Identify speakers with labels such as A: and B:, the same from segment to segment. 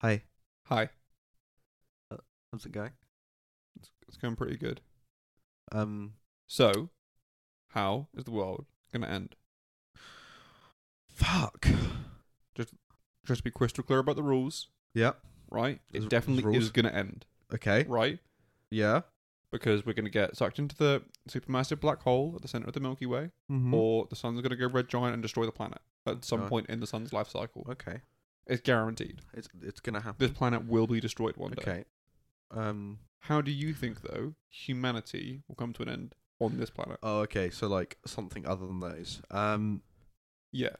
A: Hi,
B: Hi.
A: how's it going?
B: It's, it's going pretty good.
A: Um,
B: So, how is the world going to end?
A: fuck.
B: Just be crystal clear about the rules,
A: Yep.
B: right?
A: There's- there's
B: It definitely
A: rules.
B: is going to end,
A: Okay.
B: right?
A: Yeah.
B: Because we're going to get sucked into the supermassive black hole at the center of the Milky Way,
A: Mm-hmm.
B: or the sun's going to go red giant and destroy the planet at some
A: God.
B: point in the sun's life cycle.
A: okay.
B: It's guaranteed.
A: It's it's gonna
B: This
A: happen.
B: planet will be destroyed one day.
A: Okay. Um.
B: How do you think, though, humanity will come to an end on this planet?
A: Oh, okay. So like something other than those. Um.
B: Yeah.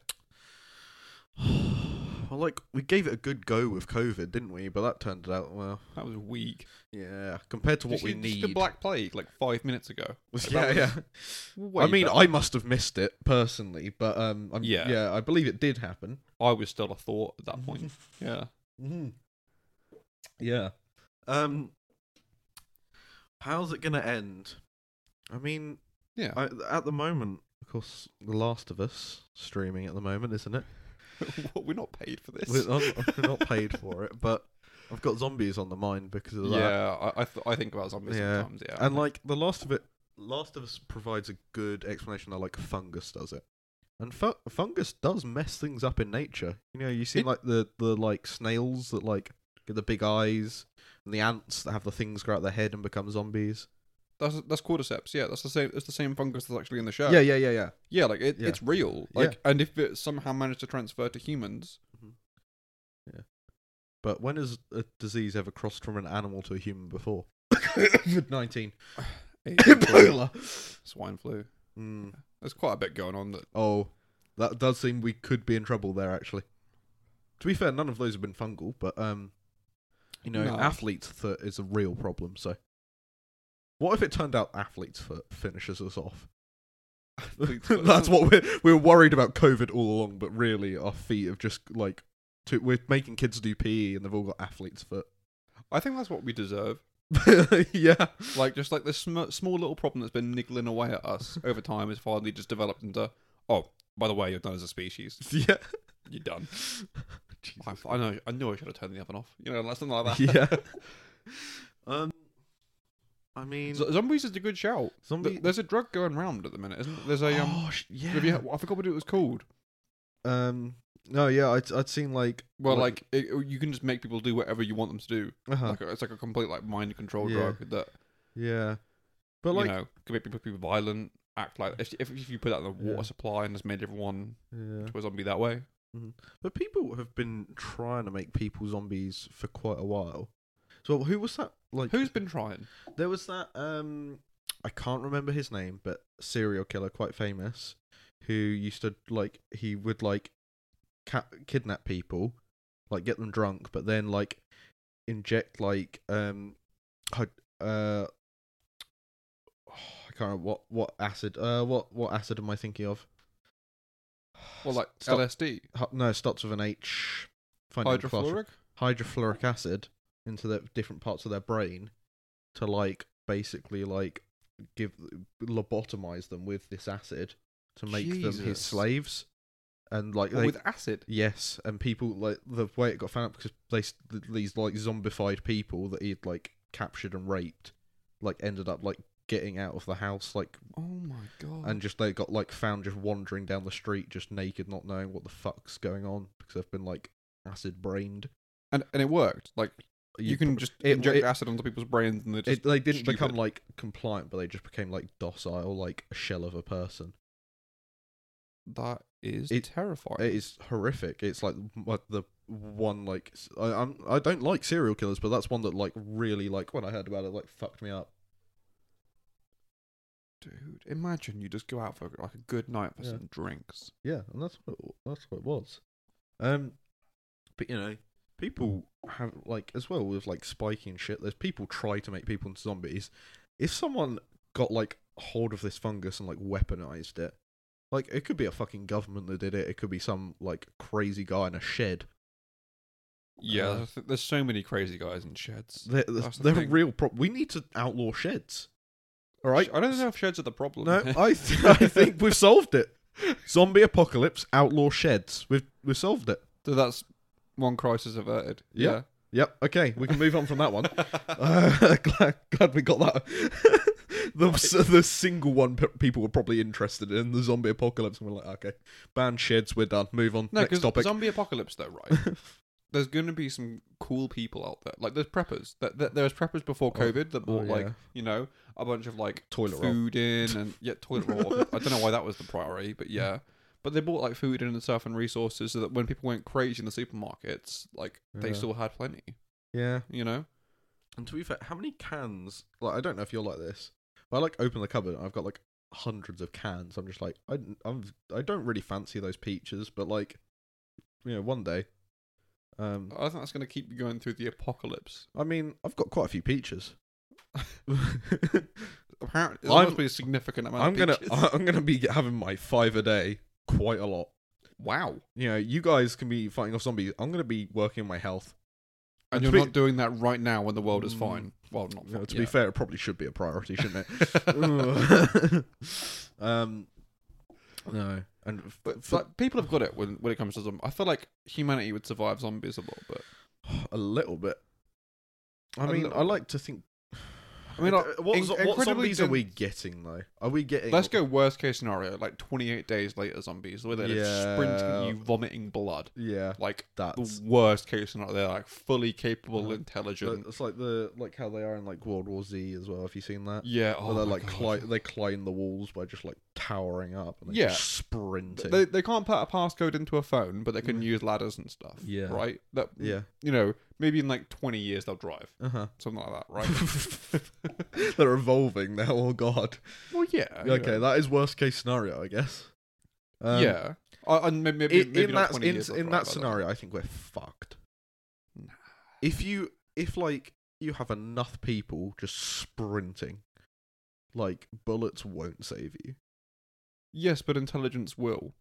A: Well, like we gave it a good go with COVID, didn't we? But that turned out well.
B: That was weak.
A: Yeah. Compared to
B: Did
A: what
B: you
A: we
B: see- did you see
A: need.
B: The Black Plague, like five minutes ago.
A: was, yeah,
B: that
A: yeah.
B: Way
A: I mean,
B: back.
A: I must have missed it personally, but um, I'm, yeah,
B: Yeah.
A: yeah, I believe it did happen.
B: I was still a thought at that point. yeah.
A: Mm-hmm. Yeah. Um. How's it gonna end? I mean,
B: Yeah.
A: I, at the moment, of course, The Last of Us streaming at the moment, isn't it?
B: What, We're not paid for this.
A: We're not, we're not paid for it, but I've got zombies on the mind because of that.
B: yeah, I I, th- I think about zombies
A: Yeah.
B: sometimes. Yeah,
A: And like The Last of It, Last of Us provides a good explanation. That, like fungus does it, and fu- fungus does mess things up in nature. You know, you see
B: It-
A: like the the like snails that like get the big eyes, and the ants that have the things grow out their head and become zombies.
B: that's that's cordyceps. Yeah, that's the same. It's the same fungus that's actually in the show.
A: Yeah, yeah, yeah, yeah.
B: yeah. Like it,
A: yeah.
B: it's real. Like, and if it somehow managed to transfer to humans,
A: But when has a disease ever crossed from an animal to a human before? Nineteen.
B: it's
A: Hmm.
B: swine flu.
A: Mm.
B: There's quite a bit going on. That
A: Oh, that does seem we could be in trouble there. Actually, to be fair, none of those have been fungal, but um, you know,
B: No.
A: athlete's foot is a real problem. So, what if it turned out athlete's foot finishes us off?
B: Athlete's foot.
A: That's what we're we were worried about COVID all along, but really our feet have just like to, we're making kids do PE and they've all got athlete's foot.
B: I think that's what we deserve.
A: yeah,
B: Like just like this sm- small little problem that's been niggling away at us over time is finally just developed into. Oh, by the way, you're done as a species.
A: yeah,
B: You're done.
A: Jesus.
B: I, I know. I knew I should have turned the oven off. You know, like something like that.
A: yeah. Um, I mean,
B: Z- zombies is a good shout.
A: zombie.
B: Th- There's a drug going round at the minute, isn't there? There's a um.
A: oh, sh- yeah.
B: have you he- I forgot what it was called.
A: Um. No, yeah, I'd I'd seen like
B: Well,
A: What-
B: like it, you can just make people do whatever you want them to do.
A: uh-huh,
B: Like it's like a complete like mind control
A: Yeah.
B: drug that
A: yeah, but like
B: you know can make people be violent, act like if if, if you put that in the water
A: Yeah.
B: supply and just made everyone
A: yeah,
B: to a zombie that way.
A: but people have been trying to make people zombies for quite a while. So who was that? Like uh,
B: Who's been trying?
A: there was that um I can't remember his name, but serial killer quite famous who used to like he would like ca- kidnap people, like get them drunk, but then like inject like um hyd- uh I can't remember what what acid uh what what acid am I thinking of?
B: Well, like
A: Stop.
B: LSD,
A: Hy- no, it starts with an H. Find it in classroom
B: hydrofluoric.
A: hydrofluoric acid into the different parts of their brain to like basically like give lobotomize them with this acid to make them his
B: Jesus.
A: slaves and like
B: Or
A: they-
B: with acid.
A: yes and people like the way it got found out because they s- th- these like zombified people that he'd like captured and raped like ended up like getting out of the house like
B: Oh my god.
A: and just they got like found just wandering down the street just naked not knowing what the fuck's going on because they've been like acid brained
B: and and it worked. Like you, can just
A: it-
B: inject
A: it-
B: acid onto people's brains and they just
A: it, they didn't
B: stupid.
A: become like compliant, but they just became like docile, like a shell of a person.
B: That is
A: It-
B: terrifying.
A: It is horrific. It's like what the one like s- I I'm, I don't like serial killers, but that's one that like really like when I heard about it like fucked me up.
B: Dude, imagine you just go out for like a good night for
A: Yeah.
B: some drinks.
A: Yeah, and that's what it, that's what it was. Um, but you know, people have like as well with like spiking shit. There's people try to make people into zombies. If someone got like hold of this fungus and like weaponized it, like it could be a fucking government that did it. It could be some like crazy guy in a shed.
B: Yeah,
A: Uh,
B: there's- there's so many crazy guys in sheds.
A: They're, they're,
B: That's the
A: they're a
B: thing.
A: real problem. We need to outlaw sheds. All right.
B: I don't know if sheds are the problem.
A: No, I th- I think we've solved it. Zombie apocalypse, outlaw sheds. We've we've solved it.
B: so that's One crisis averted.
A: Yeah.
B: Yeah.
A: Yep. Okay, we can move on from that one. Uh, glad, glad we got that. the the single one pe- people were probably interested in the zombie apocalypse, and we're like, okay, ban sheds, we're done. Move on.
B: No,
A: Next
B: because
A: topic.
B: zombie apocalypse, though, right? there's going to be some cool people out there. Like, there's preppers. That that- There was preppers before
A: Oh,
B: COVID that
A: oh,
B: bought, like,
A: yeah.
B: you know, a bunch of, like,
A: Toilet roll.
B: food in and, yeah, toilet roll. I don't know why that was the priority, but
A: Mm.
B: yeah. But they bought, like, food in and stuff and resources so that when people went crazy in the supermarkets, like, they
A: Yeah.
B: still had plenty,
A: yeah.
B: you know?
A: And to be fair, how many cans? Like, I don't know if you're like this, but I like open the cupboard and I've got like hundreds of cans. I'm just like, I, I'm, I don't really fancy those peaches, but like, you know, one day. Um,
B: I think that's going to keep you going through the apocalypse.
A: I mean, I've got quite a few peaches.
B: Apparently,
A: I'm-
B: there must be a significant amount
A: I'm
B: of
A: gonna,
B: peaches.
A: I'm gonna be having my five a day quite a lot.
B: wow.
A: You know, you guys can be fighting off zombies. I'm gonna be working on my health.
B: And
A: to
B: you're
A: be-
B: not doing that right now when the world is
A: Mm.
B: fine. Well, not
A: You know,
B: fine,
A: to be fair, it probably should be a priority, shouldn't it?
B: yeah.
A: um, no, and f-
B: But
A: for
B: like, people have got it when, when it comes to zombies. I feel like humanity would survive zombies a little bit.
A: a little bit. I
B: A
A: mean,
B: little
A: I
B: bit.
A: like to think.
B: I mean, like,
A: what,
B: in-
A: zo- what
B: incredibly
A: zombies are
B: dim-
A: we getting though? Are we getting?
B: Let's go worst case scenario, like 28 days later zombies, where they're just sprinting at
A: Yeah.
B: you, vomiting blood.
A: Yeah,
B: Like
A: that's
B: the worst case scenario, they're like fully capable,
A: Uh,
B: intelligent.
A: it's like the like how they are in like World War Z as uh, well. Have you seen that?
B: yeah, oh
A: Where they're
B: my
A: like
B: God.
A: cli- they climb the walls by just like towering up and they
B: Yeah.
A: yeah. sprinting.
B: They, they can't put a passcode into a phone, but they can
A: Mm.
B: use ladders and stuff.
A: Yeah.
B: right. That
A: yeah.
B: you know, maybe in like 20 years they'll drive
A: Uh huh.
B: something like that, right?
A: Right. They're evolving now. Oh god.
B: well, Oh, yeah. you
A: okay,
B: know.
A: that is worst case scenario, I guess. Um,
B: yeah. Uh, and may- maybe,
A: i- In,
B: maybe not
A: that
B: 20
A: in,
B: years they'll
A: in
B: drive, I
A: that
B: don't know.
A: scenario, I think we're fucked.
B: Nah.
A: If you if like you have enough people just sprinting, like bullets won't save you.
B: Yes, but intelligence will.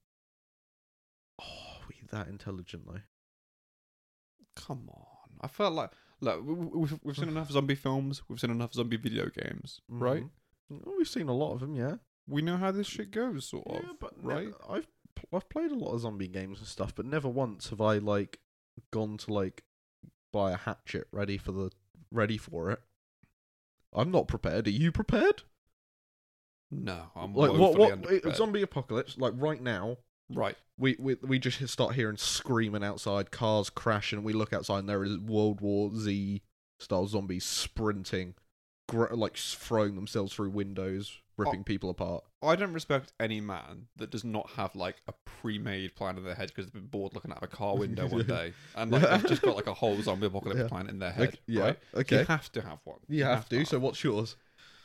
A: Oh, we that intelligent though.
B: Come on. I felt like look, we- we- we've, we've seen enough zombie films. We've seen enough zombie video games, right?
A: Mhm. Well, we've seen a lot of them, yeah.
B: We know how this shit goes, sort of,
A: yeah, but
B: right?
A: never- I've pl- I've played a lot of zombie games and stuff, but never once have I like gone to like buy a hatchet ready for the ready for it. I'm not prepared. Are you prepared?
B: No, I'm
A: like
B: woefully
A: what? What
B: underprepared.
A: zombie apocalypse? Like right now,
B: right?
A: we, we we just start hearing screaming outside, cars crashing. We look outside, and there is World War Z style zombies sprinting, gr- like throwing themselves through windows,
B: Oh,
A: ripping people apart.
B: I don't respect any man that does not have like a pre-made plan in their head because they've been bored looking out of a car window one
A: Yeah.
B: day, and like they've just got like a whole zombie apocalypse
A: Yeah.
B: plan in their head.
A: Okay, yeah.
B: right?
A: Okay.
B: You have to have one.
A: You have to.
B: have
A: So Mm-hmm. what's yours?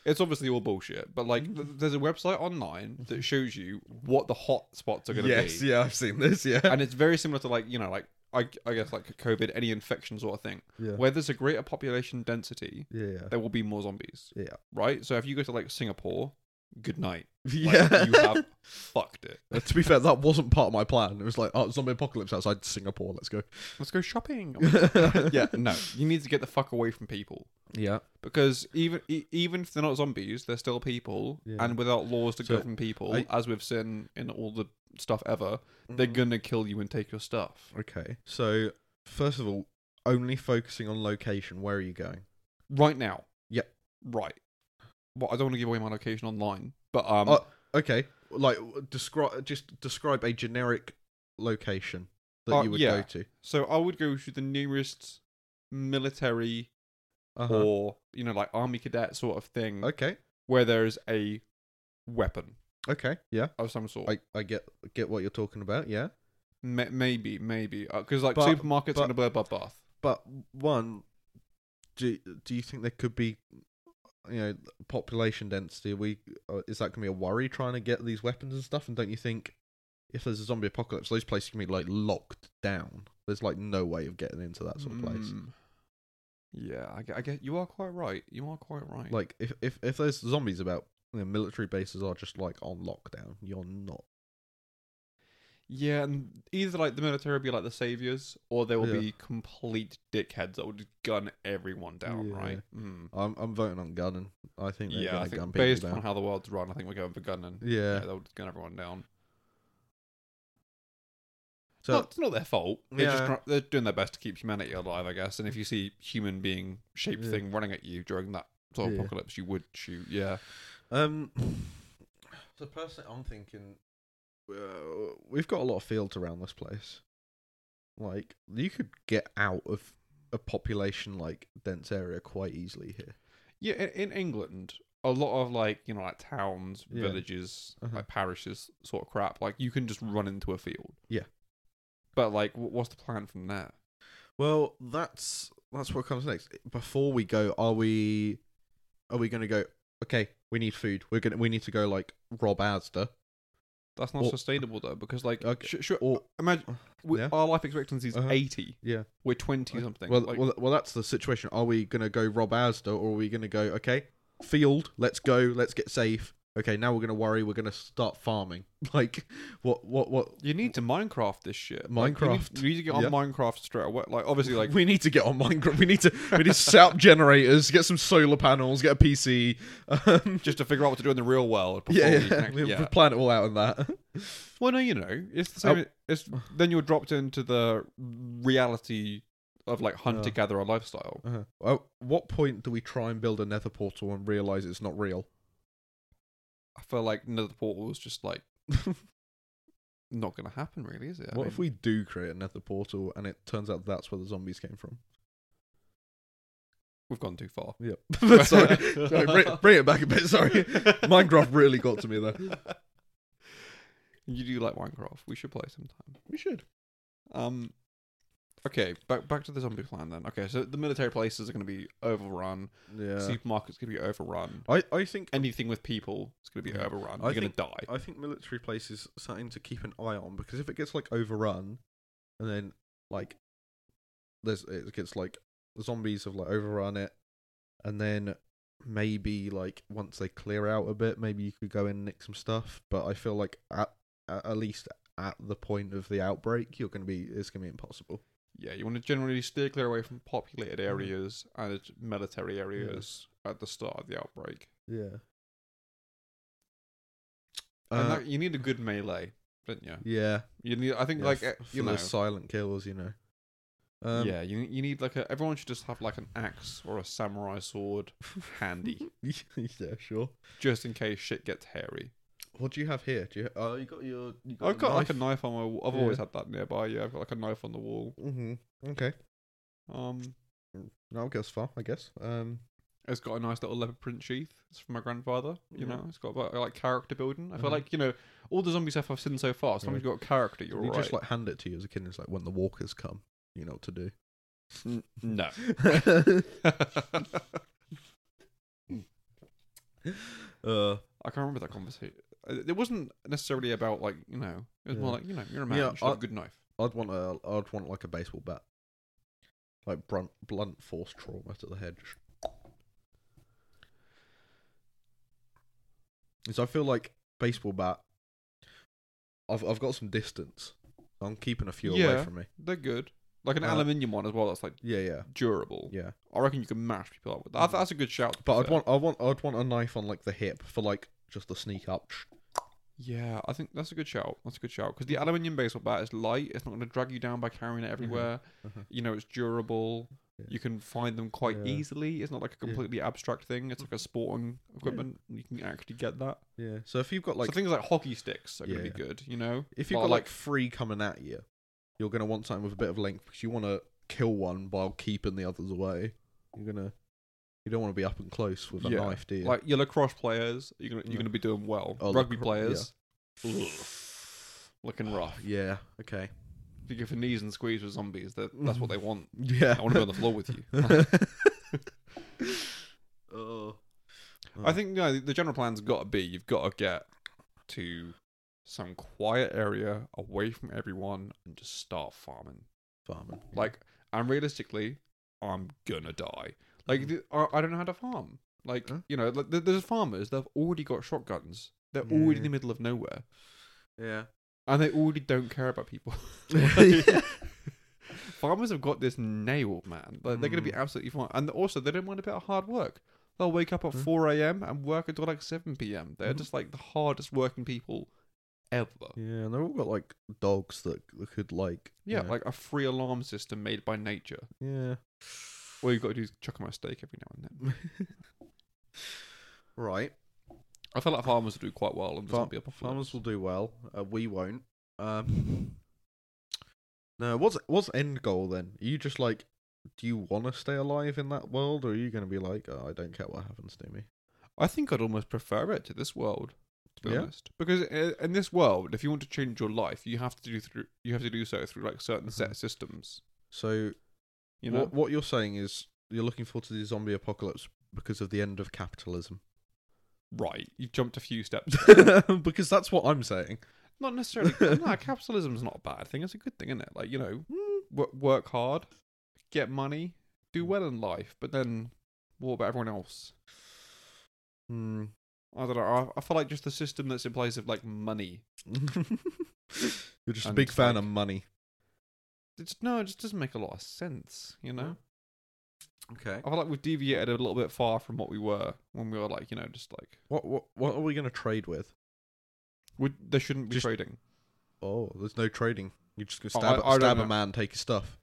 B: It's obviously all bullshit, but like, th- there's a website online that shows you what the hot spots are going to
A: Mm-hmm. Yes,
B: be.
A: yeah, I've seen this. Yeah,
B: and it's very similar to like you know, like I, I guess like COVID, any infection sort of thing.
A: yeah,
B: Where there's a greater population density,
A: yeah,
B: there will be more zombies,
A: yeah,
B: right? So if you go to like Singapore, good night. Like,
A: yeah.
B: you have fucked it.
A: Uh, to be fair, that wasn't part of my plan. It was like, oh, zombie apocalypse outside Singapore. Let's go.
B: Let's go shopping.
A: yeah,
B: yeah, no, you need to get the fuck away from people
A: yeah.
B: because even e- even if they're not zombies, they're still people,
A: Yeah.
B: and without laws to
A: So,
B: govern people,
A: I- Mm.
B: as we've seen in all the stuff ever, they're gonna kill you and take your stuff.
A: Okay, so first of all, only focusing on location. Where are you going?
B: right now.
A: Yep.
B: Right. Well, I don't want to give away my location online, but um,
A: Oh, Okay, like describe just describe a generic location that
B: Uh,
A: you would
B: yeah.
A: go to.
B: so I would go to the nearest military
A: Uh-huh.
B: or you know like army cadet sort of thing
A: okay,
B: where there is a weapon
A: okay, yeah.
B: of some sort.
A: I, I get get what you're talking about. Yeah,
B: Ma maybe, maybe because like
A: But-
B: supermarkets
A: but-
B: and a blah blah blah.
A: but one, do do you think there could be, you know, population density? Are we uh, is that gonna be a worry trying to get these weapons and stuff? And don't you think if there's a zombie apocalypse, those places can be like locked down? There's like no way of getting into that sort of place.
B: Mm. Yeah, I get, I get. You are quite right. You are quite right.
A: Like if if if there's zombies about, you know, military bases are just like on lockdown. You're not.
B: Yeah, and either like the military will be like the saviors, or they will
A: Yeah.
B: be complete dickheads that will just gun everyone down,
A: Yeah.
B: right? Mm.
A: I'm I'm voting on gunning. I think they're
B: Yeah,
A: gonna
B: I think
A: gun people
B: based
A: down.
B: on how the world's run, I think we're going for gunning. Yeah,
A: yeah.
B: they'll just gun everyone down.
A: So
B: not, it's not their fault. They're just
A: Yeah.
B: try- they're doing their best to keep humanity alive, I guess. And if you see human being shaped
A: Yeah.
B: thing running at you during that sort of
A: Yeah.
B: apocalypse, you would shoot. Yeah,
A: Um, so personally, I'm thinking uh, we've got a lot of fields around this place. Like you could get out of a population like dense area quite easily here.
B: yeah. In, in England, a lot of like you know like towns,
A: Yeah.
B: villages,
A: Uh-huh.
B: like parishes, sort of crap. Like you can just run into a field.
A: Yeah.
B: But like, wh- what's the plan from there?
A: Well, that's that's what comes next. Before we go, are we are we going to go? Okay, we need food. We're gonna we need to go like rob Asda.
B: That's not
A: Or-
B: sustainable though, because like,
A: Okay.
B: sh- sure,
A: Or
B: imagine we,
A: Yeah.
B: our life expectancy is
A: Uh-huh.
B: eighty.
A: yeah,
B: We're twenty something.
A: well,
B: like,
A: well, well, that's the situation. Are we going to go rob Asda, or are we going to go? Okay, field. Let's go. Let's get safe. Okay, now we're going to worry. We're going to start farming. Like what? What? What?
B: you need to Minecraft this shit. Like, you need-
A: Minecraft.
B: you, need, to get on
A: Yeah.
B: Minecraft straight away. Like obviously, like
A: we need to get on Minecraft. We need to we need to set up generators, get some solar panels, get a PC. Um,
B: just to figure out what to do in the real world. Before
A: yeah,
B: You
A: yeah.
B: connect,
A: we
B: yeah.
A: plan it all out on that.
B: Well, no, you know, it's the
A: Oh.
B: same. It's then you're dropped into the reality of like hunter gatherer lifestyle.
A: Uh-huh. At what point do we try and build a nether portal and realize it's not real?
B: I feel like another portal is just like not going to happen, really, is it? I
A: what
B: mean,
A: if we do create a nether portal and it turns out that's where the zombies came from?
B: we've gone too far?
A: Yep. sorry. sorry bring, bring it back a bit. Sorry. Minecraft really got to me there.
B: You do like Minecraft. We should play sometime.
A: We should.
B: Um, okay, back back to the zombie plan then. Okay, so the military places are going to be overrun.
A: Yeah.
B: Supermarkets going to be overrun.
A: I, I think
B: Anything with people is going to be overrun.
A: I
B: You're going to die.
A: I think military places something to keep an eye on because if it gets like overrun, and then like there's it gets like zombies have like overrun it, and then maybe like once they clear out a bit, maybe you could go in and nick some stuff. But I feel like at at at least at the point of the outbreak, you're gonna be it's gonna be impossible.
B: Yeah, you want to generally steer clear away from populated
A: Mm.
B: areas and military areas at the start of the outbreak.
A: Yeah. Uh,
B: and that, you need a good melee, don't you?
A: yeah.
B: You need. e-, I think
A: yeah, f-
B: like eh, you
A: for
B: know.
A: the silent kills, you know. Um,
B: yeah, you you need like a. Everyone should just have like an axe or a samurai sword handy,
A: yeah, sure.
B: just in case shit gets hairy.
A: What do you have here? Do you? Oh, you got your. You got
B: I've got like a knife on my. wa- I've always
A: Yeah.
B: had that nearby. Yeah, I've got like a knife on the wall.
A: hmm Okay,
B: Um,
A: that'll get us far, I guess. Um,
B: it's got a nice little leopard print sheath. It's from my grandfather. You
A: Yeah.
B: know, it's got about, like character building. I feel
A: Mhm.
B: like you know all the zombie stuff I've seen so far. As long
A: Yeah.
B: as you've got character, you're
A: you
B: alright.
A: just like hand it to you as a kid. And it's like when the walkers come, you know what to do.
B: N- no.
A: uh,
B: I can't remember that conversation. Uh, It wasn't necessarily about like you know. It was more
A: Yeah.
B: like you know you're a man.
A: Yeah,
B: you should have
A: I-
B: a good knife.
A: I'd want a. I'd want like a baseball bat, like blunt blunt force trauma to the head. So I feel like baseball bat. I've I've got some distance. I'm keeping a few
B: Yeah.
A: away from me.
B: They're good. Like an
A: Uh,
B: aluminium one as well. That's like
A: Yeah, yeah,
B: durable.
A: yeah.
B: I reckon you can mash people up with that. I th-
A: Mhm.
B: That's a good shout. to be
A: But I'd
B: fair.
A: want I want I'd want a knife on like the hip for like just the sneak up.
B: Yeah, I think that's a good shout. That's a good shout because the aluminium baseball bat is light. It's not going to drag you down by carrying it everywhere.
A: Mhm.
B: You know, it's durable.
A: Yeah.
B: You can find them quite
A: Yeah.
B: easily. It's not like a
A: Yeah.
B: completely abstract thing. It's like a sporting equipment. You can actually get that.
A: Yeah. So if you've got
B: Like
A: like
B: things like hockey sticks are going to
A: Yeah.
B: be good. You know,
A: if you've
B: Well,
A: got like three coming at you, you're gonna want something with a bit of length because you want to kill one while keeping the others away. You're gonna you don't want to be up and close with a
B: Yeah, Mm.
A: knife, do you?
B: like your lacrosse players, you're gonna,
A: Yeah.
B: you're going to be doing well.
A: Oh,
B: Rugby
A: lacro-
B: players, ugh, looking rough.
A: yeah. Okay.
B: If you give a knees and squeeze with zombies, that that's what they want.
A: Yeah.
B: I want to be on the floor with you.
A: oh.
B: I think no, the general plan's got to be you've got to get to some quiet area away from everyone and just start farming.
A: farming.
B: Like, and realistically, I'm gonna die. Like, th- I, I don't know how to farm. Like,
A: Mm. Huh?
B: you know, like, th- there's farmers they've already got shotguns. They're
A: Yeah.
B: already in the middle of nowhere,
A: yeah.
B: and they already don't care about people. farmers have got this nailed, man. Like, they're gonna be
A: Mm.
B: absolutely fine, and also they don't mind a bit of hard work. They'll wake up at
A: Mm.
B: four a.m. and work until like seven p.m. They're
A: Mhm.
B: just like the hardest working people ever.
A: Yeah, and they've all got like dogs that c- could like
B: Yeah,
A: you know-
B: like a free alarm system made by nature.
A: yeah.
B: All you've got to do is chuck 'em a steak every now and then.
A: Right,
B: I feel like farmers will do quite well in the
A: Far-
B: zombie apocalypse.
A: farmers will do well. Uh, we won't. Um, no, what's what's end goal then? Are you just like, do you want to stay alive in that world, or are you going to be like, oh, I don't care what happens to me?
B: I think I'd almost prefer it to this world, to be
A: Yeah?
B: honest. Because i- in this world, if you want to change your life, you have to do through you have to do so through like certain set systems.
A: So
B: You know,
A: Hmm. what what you're saying is you're looking forward to the zombie apocalypse because of the end of capitalism.
B: right? You've jumped a few steps.
A: because that's what I'm saying.
B: not necessarily. no, capitalism's not a bad thing. It's a good thing, isn't it? Like you know, wo- work hard, get money, do well in life, but then what about everyone else?
A: Hmm.
B: I don't know. I, I feel like just the system that's in place of like money.
A: you're just a
B: And
A: big
B: it's
A: fan
B: like-
A: of money.
B: It's, no, it just doesn't make a lot of sense. You know.
A: Okay.
B: I feel like we've deviated a little bit far from what we were when we were like, you know, just like
A: What what what are we going to trade with?
B: we, there shouldn't be
A: Just-
B: trading.
A: Oh, there's no trading. You just go
B: Oh,
A: stab,
B: I- I don't
A: stab a
B: know.
A: man, take his stuff.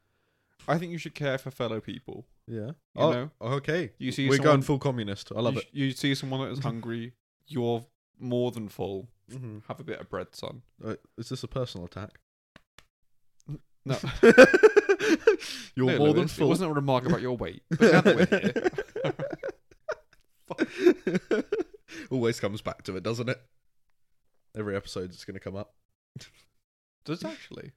B: I think you should care for fellow people.
A: Yeah.
B: You
A: oh,
B: know,
A: okay.
B: you see,
A: We're
B: someone,
A: going full communist. I love
B: you,
A: it.
B: You see someone that is hungry. You're more than full.
A: Mhm.
B: Have a bit of bread, son.
A: Uh, is this a personal attack?
B: No.
A: you're
B: No,
A: more than
B: Lewis,
A: full.
B: It wasn't a remark about your weight. But now that we're here,
A: Always comes back to it, doesn't it? Every episode it's going to come up.
B: does actually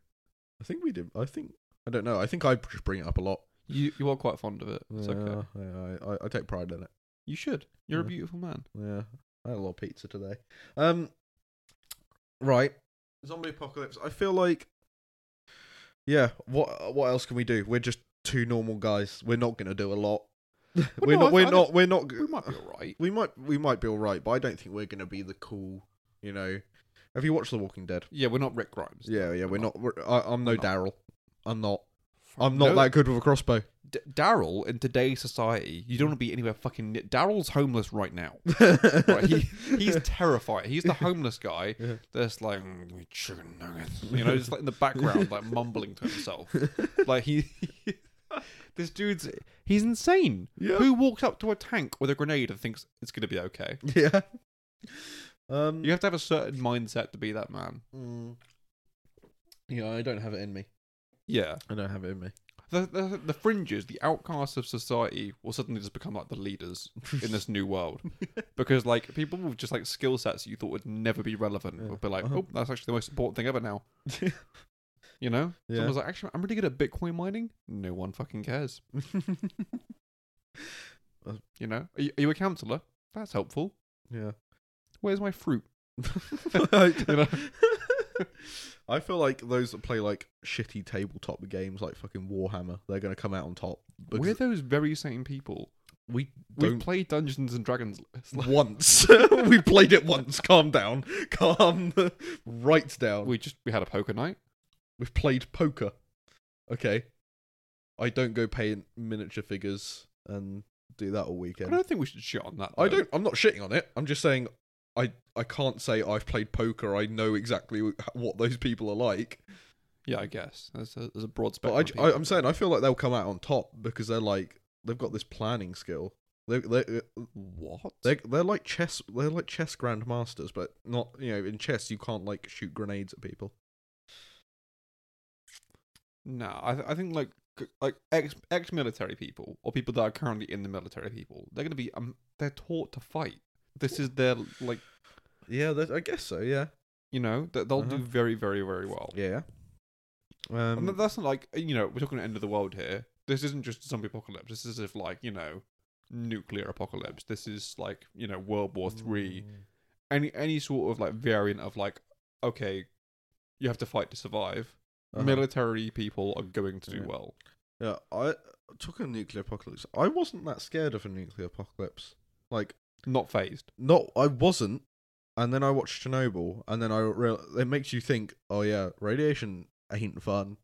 A: I think we did. I think I don't know. I think I just bring it up a lot.
B: you you are quite fond of it. It's okay.
A: Yeah, I, I, I take pride in it.
B: You should. You're a
A: Yeah.
B: beautiful man.
A: Yeah, I had a lot of pizza today. Um, right, zombie apocalypse. I feel like, yeah. What what else can we do? We're just two normal guys. We're not going to do a lot. we're
B: no,
A: not.
B: I-
A: we're
B: I
A: not. We're not.
B: We might be alright.
A: we might we might be all right, but I don't think we're going to be the cool. You know, have you watched The Walking Dead?
B: Yeah, we're not Rick Grimes.
A: Yeah, yeah. We're not. We're, I, I'm no
B: We're not.
A: Daryl. I'm not. I'm not
B: No,
A: that good with a crossbow.
B: D- Daryl in today's society, you don't want to be anywhere fucking. Near- Daryl's homeless right now. Right? He, he's terrified. He's the homeless guy
A: Yeah.
B: that's like "Mm, give me chicken nuggets, you know, just like in the background, like mumbling to himself. Like he, this dude's he's insane.
A: Yeah.
B: Who walks up to a tank with a grenade and thinks it's gonna be okay?
A: yeah. Um.
B: You have to have a certain mindset to be that man.
A: Mm. Yeah, I don't have it in me.
B: Yeah,
A: I don't have it in me.
B: the the, the fringes, the outcasts of society, will suddenly just become like the leaders. in this new world because like people with just like skill sets you thought would never be relevant
A: Yeah.
B: would be like
A: Uh-huh.
B: oh that's actually the most important thing ever now you know
A: Yeah.
B: someone's like actually i'm really good at bitcoin mining no one fucking cares
A: Uh,
B: you know are you, are you a counselor that's helpful
A: yeah.
B: where's my fruit You know?
A: I feel like those that play like shitty tabletop games, like fucking Warhammer, they're gonna come out on top because
B: we're those very same people
A: we
B: we
A: don't Mm.
B: played dungeons and dragons last night.
A: once. we played it once. Calm down. Calm right down.
B: we just we had a poker night
A: We've played poker. Okay. I don't go paint miniature figures and do that all
B: i
A: weekend.
B: don't think we should shit on that
A: I
B: though.
A: don't. I'm not shitting on it. I'm just saying I I can't say I've played poker. I know exactly wh- what those people are like.
B: yeah i guess there's a, there's a broad spectrum
A: But
B: of
A: I, I,
B: people.
A: I'm saying I feel like they'll come out on top because they're like they've got this planning skill. They they uh,
B: what
A: they they're like chess. They're like chess grandmasters, but not you know in chess you can't like shoot grenades at people.
B: No, I, th- I think like c- like ex ex military people or people that are currently in the military people, they're gonna be um they're taught to fight. This is their like
A: Yeah, that- I guess so. Yeah.
B: you know that they'll do
A: Uh-huh.
B: very very very well.
A: Yeah.
B: And
A: Um.
B: th- that's not like you know we're talking end of the world here. This isn't just zombie apocalypse. This is if like you know nuclear apocalypse. This is like you know World War Three. Any any sort of like variant of like okay, you have to fight to survive.
A: Uh-huh.
B: Military people are going to do
A: Yeah.
B: well.
A: Yeah, I took a nuclear apocalypse. I wasn't that scared of a nuclear apocalypse. Like,
B: Not phased.
A: no, I wasn't. And then I watched Chernobyl, and then I real it makes you think, oh yeah, radiation ain't fun.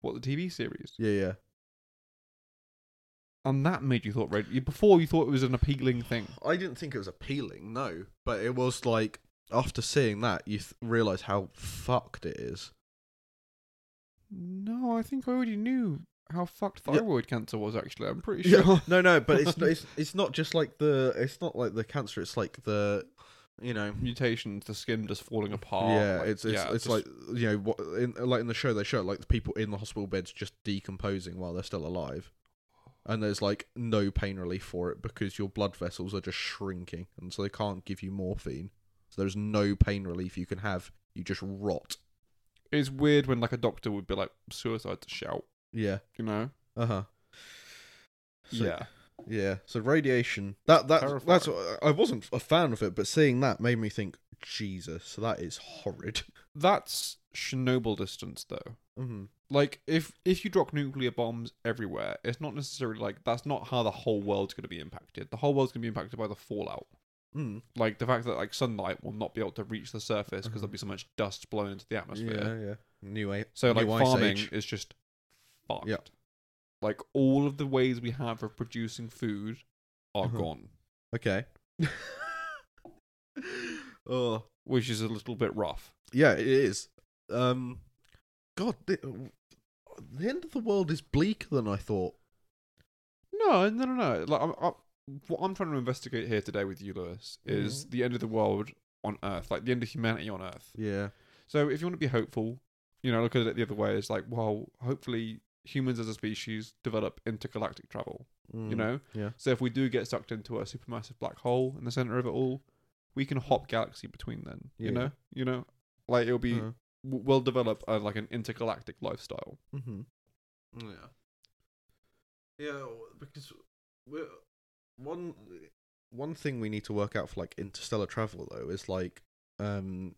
B: What the TV series?
A: Yeah, yeah.
B: And that made you thought red. you- Before you thought it was an appealing thing.
A: I didn't think it was appealing, no, but it was like after seeing that, you th- realize how fucked it is.
B: No, I think I already knew how fucked
A: Yeah.
B: thyroid cancer was. Actually, I'm pretty
A: Yeah.
B: sure.
A: No, no, but it's it's it's not just like the it's not like the cancer. It's like the you know
B: Mutations, the skin just falling apart.
A: yeah,
B: like-
A: it's it's,
B: yeah,
A: it's
B: just-
A: like you know what in, like in the show they show like the people in the hospital beds just decomposing while they're still alive, and there's like no pain relief for it because your blood vessels are just shrinking, and so they can't give you morphine, so there's no pain relief you can have. You just rot.
B: it's weird when like a doctor would be like suicide to shout.
A: Yeah.
B: You know?
A: Uh huh.
B: yeah.
A: Yeah. So radiation. That that
B: Terrifying.
A: that's I wasn't a fan of it, but seeing that made me think, Jesus, so that is horrid.
B: That's Chernobyl distance though.
A: Mm-hmm.
B: Like if if you drop nuclear bombs everywhere, it's not necessarily like that's not how the whole world's going to be impacted. The whole world's going to be impacted by the fallout.
A: Mm.
B: Like the fact that like sunlight will not be able to reach the surface because there'll be so much dust blown into the atmosphere.
A: Mm-hmm. Yeah, yeah. New a-
B: So like
A: new ice
B: farming
A: age.
B: is just fucked.
A: Yeah.
B: Like all of the ways we have of producing food are
A: Uh-huh.
B: gone,
A: Okay. oh
B: which is a little bit rough.
A: yeah, it is. Um, God, the, the end of the world is bleaker than I thought.
B: No, no, no, no. Like I'm, I, what I'm trying to investigate here today with you, Lewis, is
A: Mm-hmm.
B: the end of the world on Earth, like the end of humanity on Earth.
A: Yeah.
B: So if you want to be hopeful, you know, look at it the other way. It's like, well, hopefully humans as a species develop intergalactic travel.
A: Mm.
B: You know.
A: yeah.
B: So if we do get sucked into a supermassive black hole in the center of it all, we can hop galaxy between then.
A: Yeah. Uh-huh.
B: You know. You know. Like it'll be, w we'll develop a, like an intergalactic lifestyle.
A: Mm-hmm. Yeah. Yeah, w- because we're, one one thing we need to work out for like interstellar travel though is like um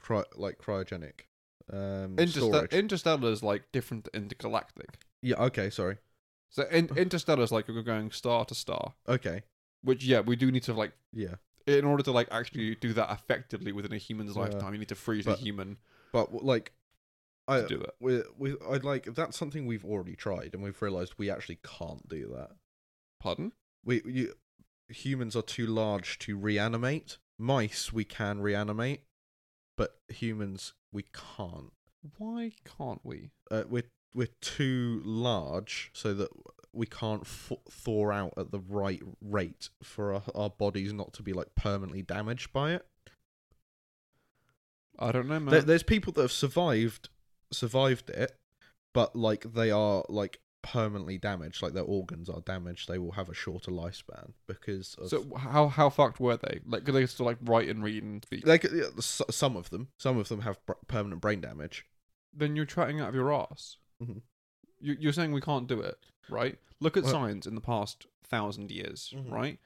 A: cry, like cryogenic um
B: Interstellar,
A: storage.
B: interstellar is like different to intergalactic.
A: yeah, okay, sorry.
B: So in- interstellar is like we're going star to star,
A: Okay.
B: which yeah, we do need to like
A: Yeah.
B: in order to like actually do that effectively within a human's
A: Yeah.
B: lifetime, you need to freeze
A: But-
B: a human
A: But w- like
B: to
A: I
B: do it.
A: we we I'd like that's something we've already tried and we've realized we actually can't do that.
B: Pardon?
A: We you humans are too large to reanimate. Mice we can reanimate, but humans we can't.
B: Why can't we?
A: uh, we're we're too large so that we can't f- thaw out at the right rate for our, our bodies not to be like permanently damaged by it.
B: I don't know, man.
A: There, there's people that have survived survived it, but like they are like permanently damaged, like their organs are damaged. They will have a shorter lifespan because of
B: so how how fucked were they? Like, could they still like write and read and speak?
A: like yeah, s- some of them. Some of them have br- permanent brain damage.
B: then you're chatting out of your ass.
A: Mhm.
B: You, you're saying we can't do it, right? Look at
A: Well-
B: science in the past thousand years,
A: Mhm.
B: right?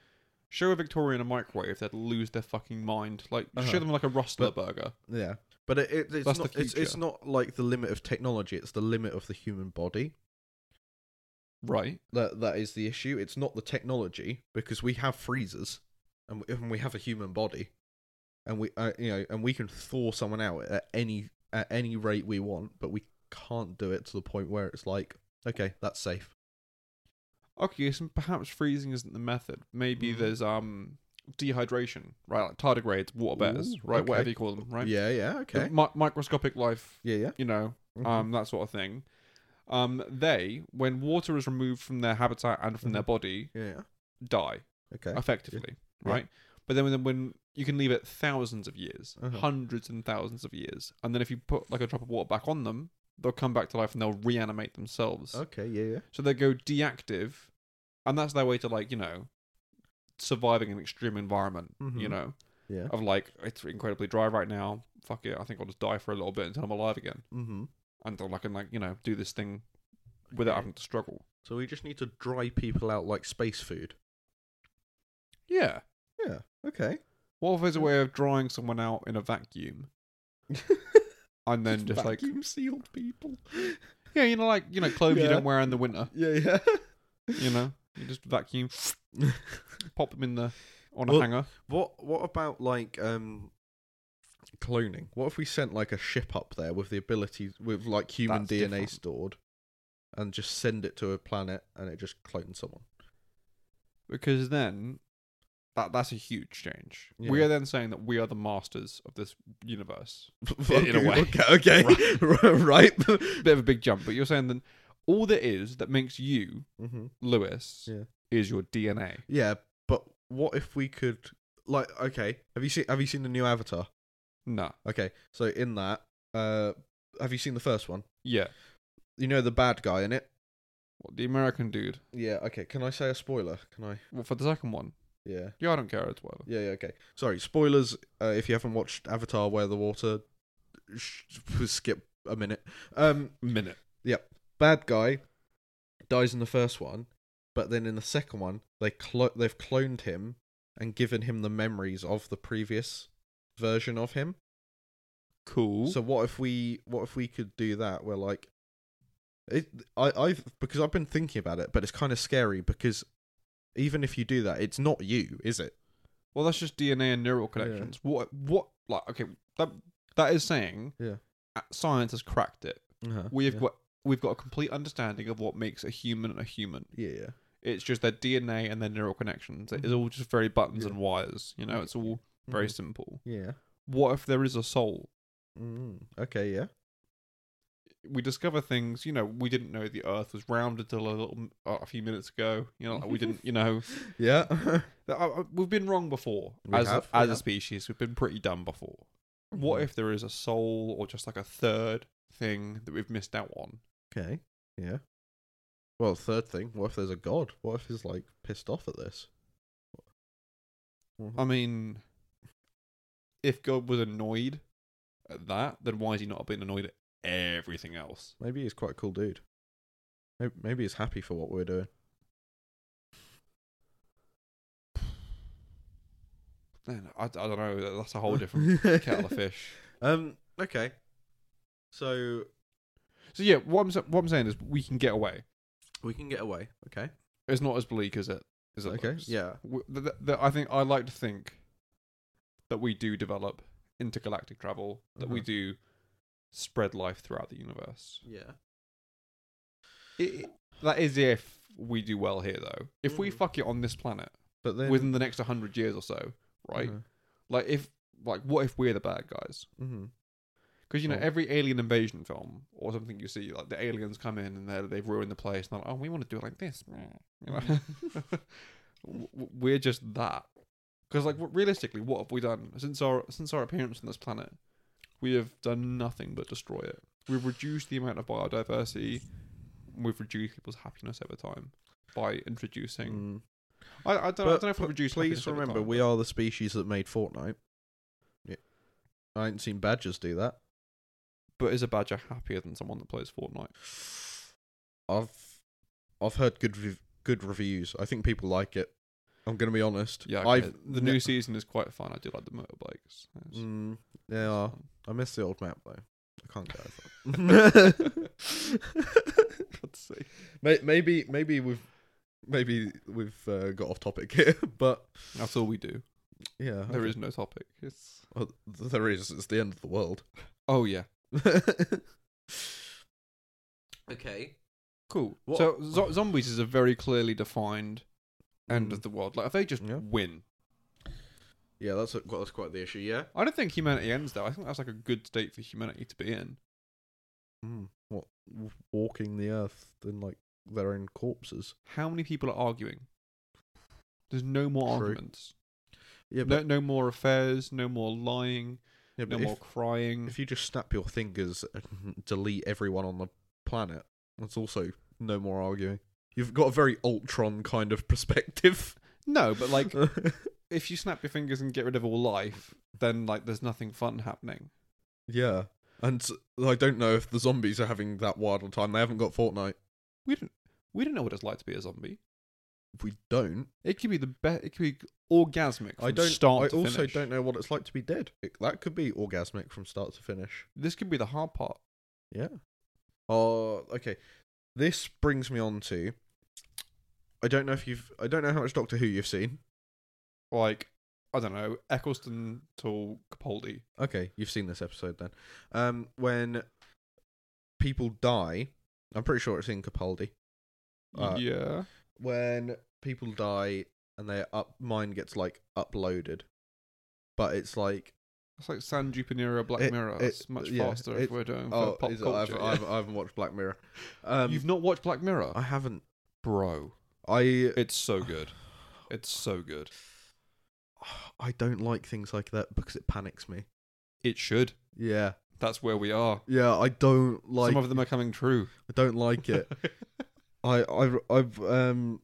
B: Show a Victorian a microwave, they'd lose their fucking mind. Like,
A: Uh-huh.
B: show them like a rustler burger.
A: Yeah, but it, it, it's
B: That's the
A: not it's, it's
B: future.
A: not like the limit of technology. It's the limit of the human body.
B: Right.
A: that that is the issue. It's not the technology because we have freezers and we, and we have a human body, and we uh, you know and we can thaw someone out at any at any rate we want, but we can't do it to the point where it's like okay, that's safe.
B: Okay, so perhaps freezing isn't the method. Maybe
A: Mhm.
B: there's um dehydration, right? Like tardigrades, water bears,
A: Ooh,
B: right?
A: okay.
B: Whatever you call them, right?
A: Yeah, yeah,
B: The
A: okay,
B: mi- microscopic life,
A: yeah, yeah.
B: you know,
A: mhm,
B: um, that sort of thing. Um, they, when water is removed from their habitat and from their
A: Mhm.
B: body,
A: yeah, yeah,
B: die
A: okay,
B: effectively,
A: Yeah.
B: right? But then when, when you can leave it thousands of years,
A: Uh-huh.
B: hundreds and thousands of years, and then if you put like a drop of water back on them, they'll come back to life and they'll reanimate themselves.
A: okay, yeah, yeah.
B: So they go deactive, and that's their way to like you know surviving an extreme environment. You
A: Mhm.
B: know,
A: Yeah.
B: of like it's incredibly dry right now. Fuck it, I think I'll just die for a little bit until I'm alive again,
A: Mm-hmm.
B: until I can like you know do this thing without having to struggle.
A: So we just need to dry people out like space food.
B: Yeah.
A: Yeah. Okay.
B: What if there's a way of drawing someone out in a vacuum? and then just like
A: vacuum sealed people.
B: yeah, you know, like you know, clothes you
A: Yeah.
B: don't wear in the winter.
A: Yeah, yeah.
B: You know, you just vacuum, pop them in the on a
A: Well-
B: hanger.
A: What what about like um cloning? What if we sent like a ship up there with the ability with like human
B: That's
A: DNA
B: different.
A: stored and just send it to a planet and it just clones someone?
B: because then That that's a huge change. We
A: Yeah.
B: are then saying that we are the masters of this universe.
A: Fucking-
B: a way.
A: Okay, okay. right.
B: Bit of a big jump, but you're saying that all there is that makes you
A: hmm
B: Lewis
A: Yeah.
B: is your DNA.
A: Yeah, but what if we could like okay, have you seen have you seen the new Avatar?
B: Nah.
A: Okay, so in that, uh have you seen the first one?
B: Yeah.
A: You know the bad guy in it?
B: Well, the American dude.
A: Yeah, okay. Can I say a spoiler? Can I?
B: Well, for the second one.
A: Yeah.
B: Yeah, I don't care. It's whatever.
A: Yeah, yeah, okay. Sorry, spoilers uh, if you haven't watched Avatar Where the Water sh- skip a minute. Um
B: Minute.
A: bad guy dies in the first one, but then in the second one they clo- they've cloned him and given him the memories of the previous version of him.
B: Cool.
A: So what if we what if we could do that? Where like, it I I've because I've been thinking about it, but it's kind of scary because even if you do that, it's not you, is it?
B: well, that's just DNA and neural
A: Yeah.
B: connections. What? What? Like, okay, that that is saying.
A: Yeah.
B: uh, Science has cracked it.
A: Uh-huh.
B: We've
A: yeah.
B: got we've got a complete understanding of what makes a human a human.
A: yeah yeah
B: It's just their DNA and their neural connections. It's all just very buttons
A: Mm-hmm. Yeah.
B: and wires. You know, it's all very
A: Mhm.
B: simple.
A: yeah.
B: What if there is a soul?
A: Mm, okay, yeah.
B: we discover things you know we didn't know the earth was round until a little uh, a few minutes ago you know like we didn't you know
A: Yeah.
B: that- uh, uh, we've been wrong before
A: We
B: as
A: have,
B: a,
A: we
B: as a
A: have.
B: species we've been pretty dumb before what
A: Mhm.
B: if there is a soul or just like a third thing that we've missed out on
A: okay. Yeah. Well, third thing, what if there's a god? What if he's like pissed off at this? Mm-hmm.
B: i mean if god was annoyed at that then why is he not being annoyed at everything else
A: Maybe he's quite a cool dude. Maybe, maybe he's happy for what we're doing.
B: then i, I don't know that's a whole different kettle of fish
A: Um. Okay. So
B: so yeah what I'm, sa- what I'm saying is we can get away
A: we can get away. Okay.
B: it's not as bleak as it as it
A: Okay.
B: looks.
A: Yeah.
B: w- th- th- th- I think I like to think that we do develop intergalactic travel, that we
A: Mhm.
B: do spread life throughout the universe.
A: Yeah.
B: It, that is if we do well here, though. If we
A: Mhm.
B: fuck it on this planet
A: But then Uh-huh.
B: within the next 100 years or so, right? Like, if, like, what if we're the bad guys?
A: Mm-hmm.
B: Because, you know,
A: Oh.
B: every alien invasion film or something you see, like, the aliens come in and they're, they've ruined the place, and they're like, oh, we want to do it like this. You know? w- w- we're just that. Because like what- realistically, what have we done since our since our appearance on this planet? We have done nothing but destroy it. We've reduced the amount of biodiversity. And we've reduced people's happiness over time by introducing. I, I don't. I don't know if we reduced.
A: Mm-hmm. Please
B: happiness over
A: remember,
B: time,
A: we are the species that made Fortnite. Yeah. I ain't seen badgers do that.
B: But is a badger happier than someone that plays Fortnite?
A: I've I've heard good rev- good reviews. I think people like it. I'm gonna be honest.
B: Yeah. okay,
A: I've
B: the
A: ne-
B: new season is quite fun. I do like the motorbikes. It's-
A: Mm, they are. I miss the old map though. I can't get
B: it's
A: over.
B: fun. Let's see.
A: it. May- maybe maybe we've maybe we've uh, got off topic here, but
B: That's all we do.
A: yeah,
B: There
A: okay.
B: is no topic. It's.
A: Well, th- there is. It's the end of the world.
B: Oh yeah.
A: okay.
B: Cool.
A: What-
B: So zo- zombies is a very clearly defined end of the world. Like if they just
A: Mm. Yeah.
B: win,
A: Yeah, that's a, well, that's quite the issue. Yeah.
B: I don't think humanity ends though. I think that's like a good state for humanity to be in.
A: Mm, What w- walking the earth in like their own corpses?
B: How many people are arguing? There's no more
A: True.
B: arguments.
A: Yeah,
B: No, no more affairs. No more lying.
A: yeah,
B: No
A: but if,
B: more crying.
A: if you just snap your fingers and delete everyone on the planet, that's also no more arguing. You've got a very Ultron kind of perspective.
B: no, but like if you snap your fingers and get rid of all life, then like there's nothing fun happening.
A: yeah, and s- I don't know if the zombies are having that wild a time. They haven't got Fortnite.
B: We don't. We don't know what it's like to be a zombie.
A: We don't.
B: It could be the best. It could be orgasmic. From
A: I don't.
B: Start
A: I
B: to
A: also
B: finish.
A: don't know what it's like to be dead. It- that could be orgasmic from start to finish.
B: This could be the hard part.
A: Yeah. Oh, okay. This brings me on to. I don't know if you've. I don't know how much Doctor Who you've seen.
B: like I don't know, Eccleston to Capaldi.
A: Okay, you've seen this episode then. Um, when people die, I'm pretty sure it's in Capaldi. Uh,
B: yeah,
A: When people die, and they up mine gets like uploaded, but it's like
B: It's like Sanji Panera Black
A: It-
B: Mirror.
A: it-
B: It's much
A: yeah,
B: faster if
A: it's-
B: we're doing for
A: oh,
B: pop
A: is it- I've,
B: culture. yeah.
A: I've, I haven't watched Black Mirror. Um,
B: You've not watched Black Mirror,
A: I haven't.
B: bro?
A: I
B: It's so good. It's so good.
A: I don't like things like that because it panics me.
B: It should.
A: Yeah,
B: That's where we are.
A: yeah. I don't like.
B: Some of them are coming true.
A: I don't like it. I I I've um.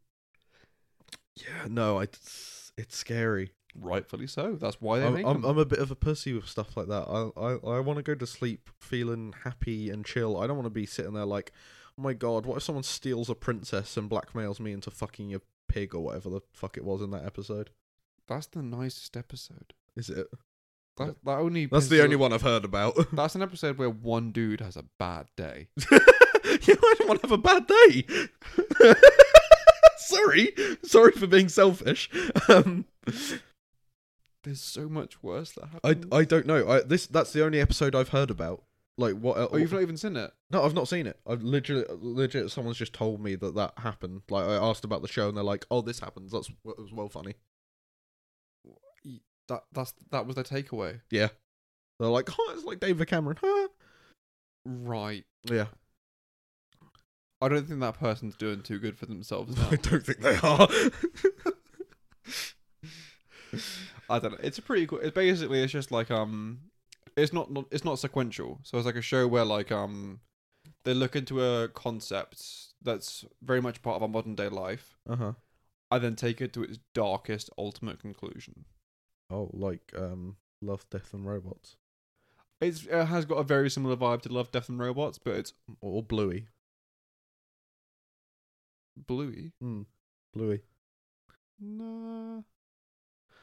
A: Yeah, no, I. It's scary.
B: Rightfully so. That's why they
A: I'm,
B: make
A: I'm,
B: them.
A: I'm a bit of a pussy with stuff like that. I I, I want to go to sleep feeling happy and chill. I don't want to be sitting there like, oh my god, what if someone steals a princess and blackmails me into fucking a pig or whatever the fuck it was in that episode?
B: That's the nicest episode.
A: Is it?
B: That, that only
A: That's
B: pisses-
A: the only one I've heard about.
B: That's an episode where one dude has a bad day.
A: yeah, I don't want to have a bad day. sorry, sorry for being selfish. Um,
B: There's so much worse that
A: I
B: happens.
A: I don't know. I, this that's the only episode I've heard about. Like what?
B: oh, you've not even seen it.
A: No, I've not seen it. I've legit, legit. Someone's just told me that that happened. Like I asked about the show, and they're like, "Oh, this happens." That's it was well funny.
B: That that's that was their takeaway.
A: They're like, "Oh, it's like David Cameron." Huh?
B: Right.
A: Yeah,
B: I don't think that person's doing too good for themselves now.
A: I don't think they are.
B: I don't know. It's a pretty cool. It's basically it's just like um, it's not, not it's not sequential. So it's like a show where like um, they look into a concept that's very much part of our modern day life,
A: uh huh.
B: and then take it to its darkest ultimate conclusion.
A: Oh, like um, Love, Death, and Robots,
B: It's, it has got a very similar vibe to Love, Death, and Robots, but it's
A: or Bluey.
B: bluey.
A: Mm, Bluey.
B: Nah.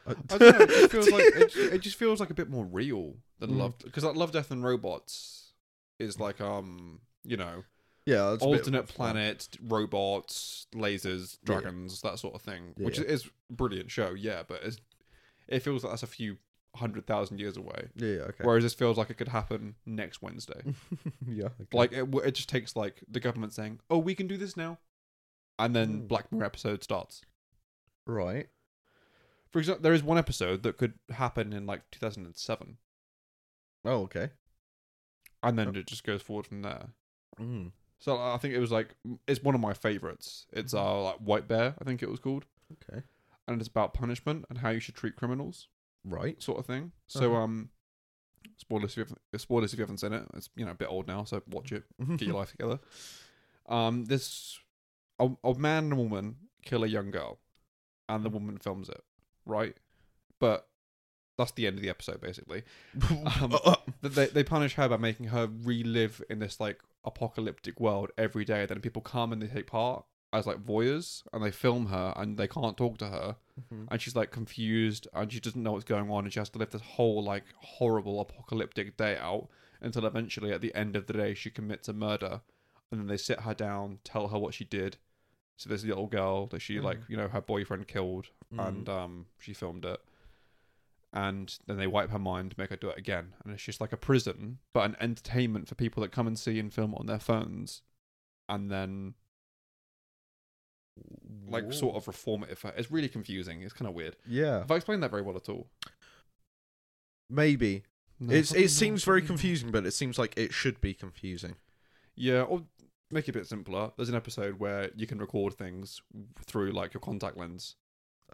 A: I
B: I don't know. It just feels like it, ju- it just feels like a bit more real than
A: Mm.
B: Love because like Love, Death, and Robots is like um, you know,
A: yeah, it's a bit-
B: alternate planets, robots, lasers,
A: Yeah.
B: dragons, that sort of thing.
A: Yeah,
B: which
A: yeah.
B: is a brilliant show, yeah, but it's, it feels like that's a few hundred thousand years away.
A: Yeah, okay.
B: Whereas this feels like it could happen next Wednesday.
A: yeah, okay.
B: like it, w- it just takes like the government saying, "Oh, we can do this now," and then
A: Mm.
B: Black Mirror episode starts.
A: right.
B: For example, there is one episode that could happen in like 2007,
A: Oh, okay.
B: and then
A: Yep.
B: it just goes forward from there.
A: Mm.
B: So I think it was like it's one of my favorites. It's
A: Mm-hmm.
B: uh, like White Bear, I think it was called.
A: Okay.
B: and it's about punishment and how you should treat criminals,
A: Right.
B: sort of thing. So,
A: Uh-huh.
B: um, spoilers if you haven't, uh, spoilers if you haven't seen it. It's you know a bit old now, so watch it.
A: Mm-hmm.
B: Get your life together. Um, this a, a man and a woman kill a young girl, and the
A: Mm.
B: woman films it, right? But that's the end of the episode, basically. Um,
A: Uh-uh.
B: Th- They they punish her by making her relive in this like apocalyptic world every day. Then people come and they take part as like voyeurs, and they film her, and they can't talk to her
A: Mm-hmm.
B: and she's like confused and she doesn't know what's going on and she has to live this whole like horrible apocalyptic day out until eventually at the end of the day she commits a murder and then they sit her down tell her what she did so there's the little girl that she like
A: Mhm.
B: you know her boyfriend killed
A: Mm-hmm.
B: and
A: Mm. uh,
B: um she filmed it and then they wipe her mind make her do it again and it's just like a prison but an entertainment for people that come and see and film it on their phones and then like sort of reform it if it's really confusing it's kind of weird
A: Yeah,
B: have I explained that very well at all?
A: maybe
B: No,
A: it's,
B: probably
A: it
B: not,
A: seems very
B: probably not.
A: confusing, but it seems like it should be confusing.
B: Yeah, or make it a bit simpler. There's an episode where you can record things through like your contact lens,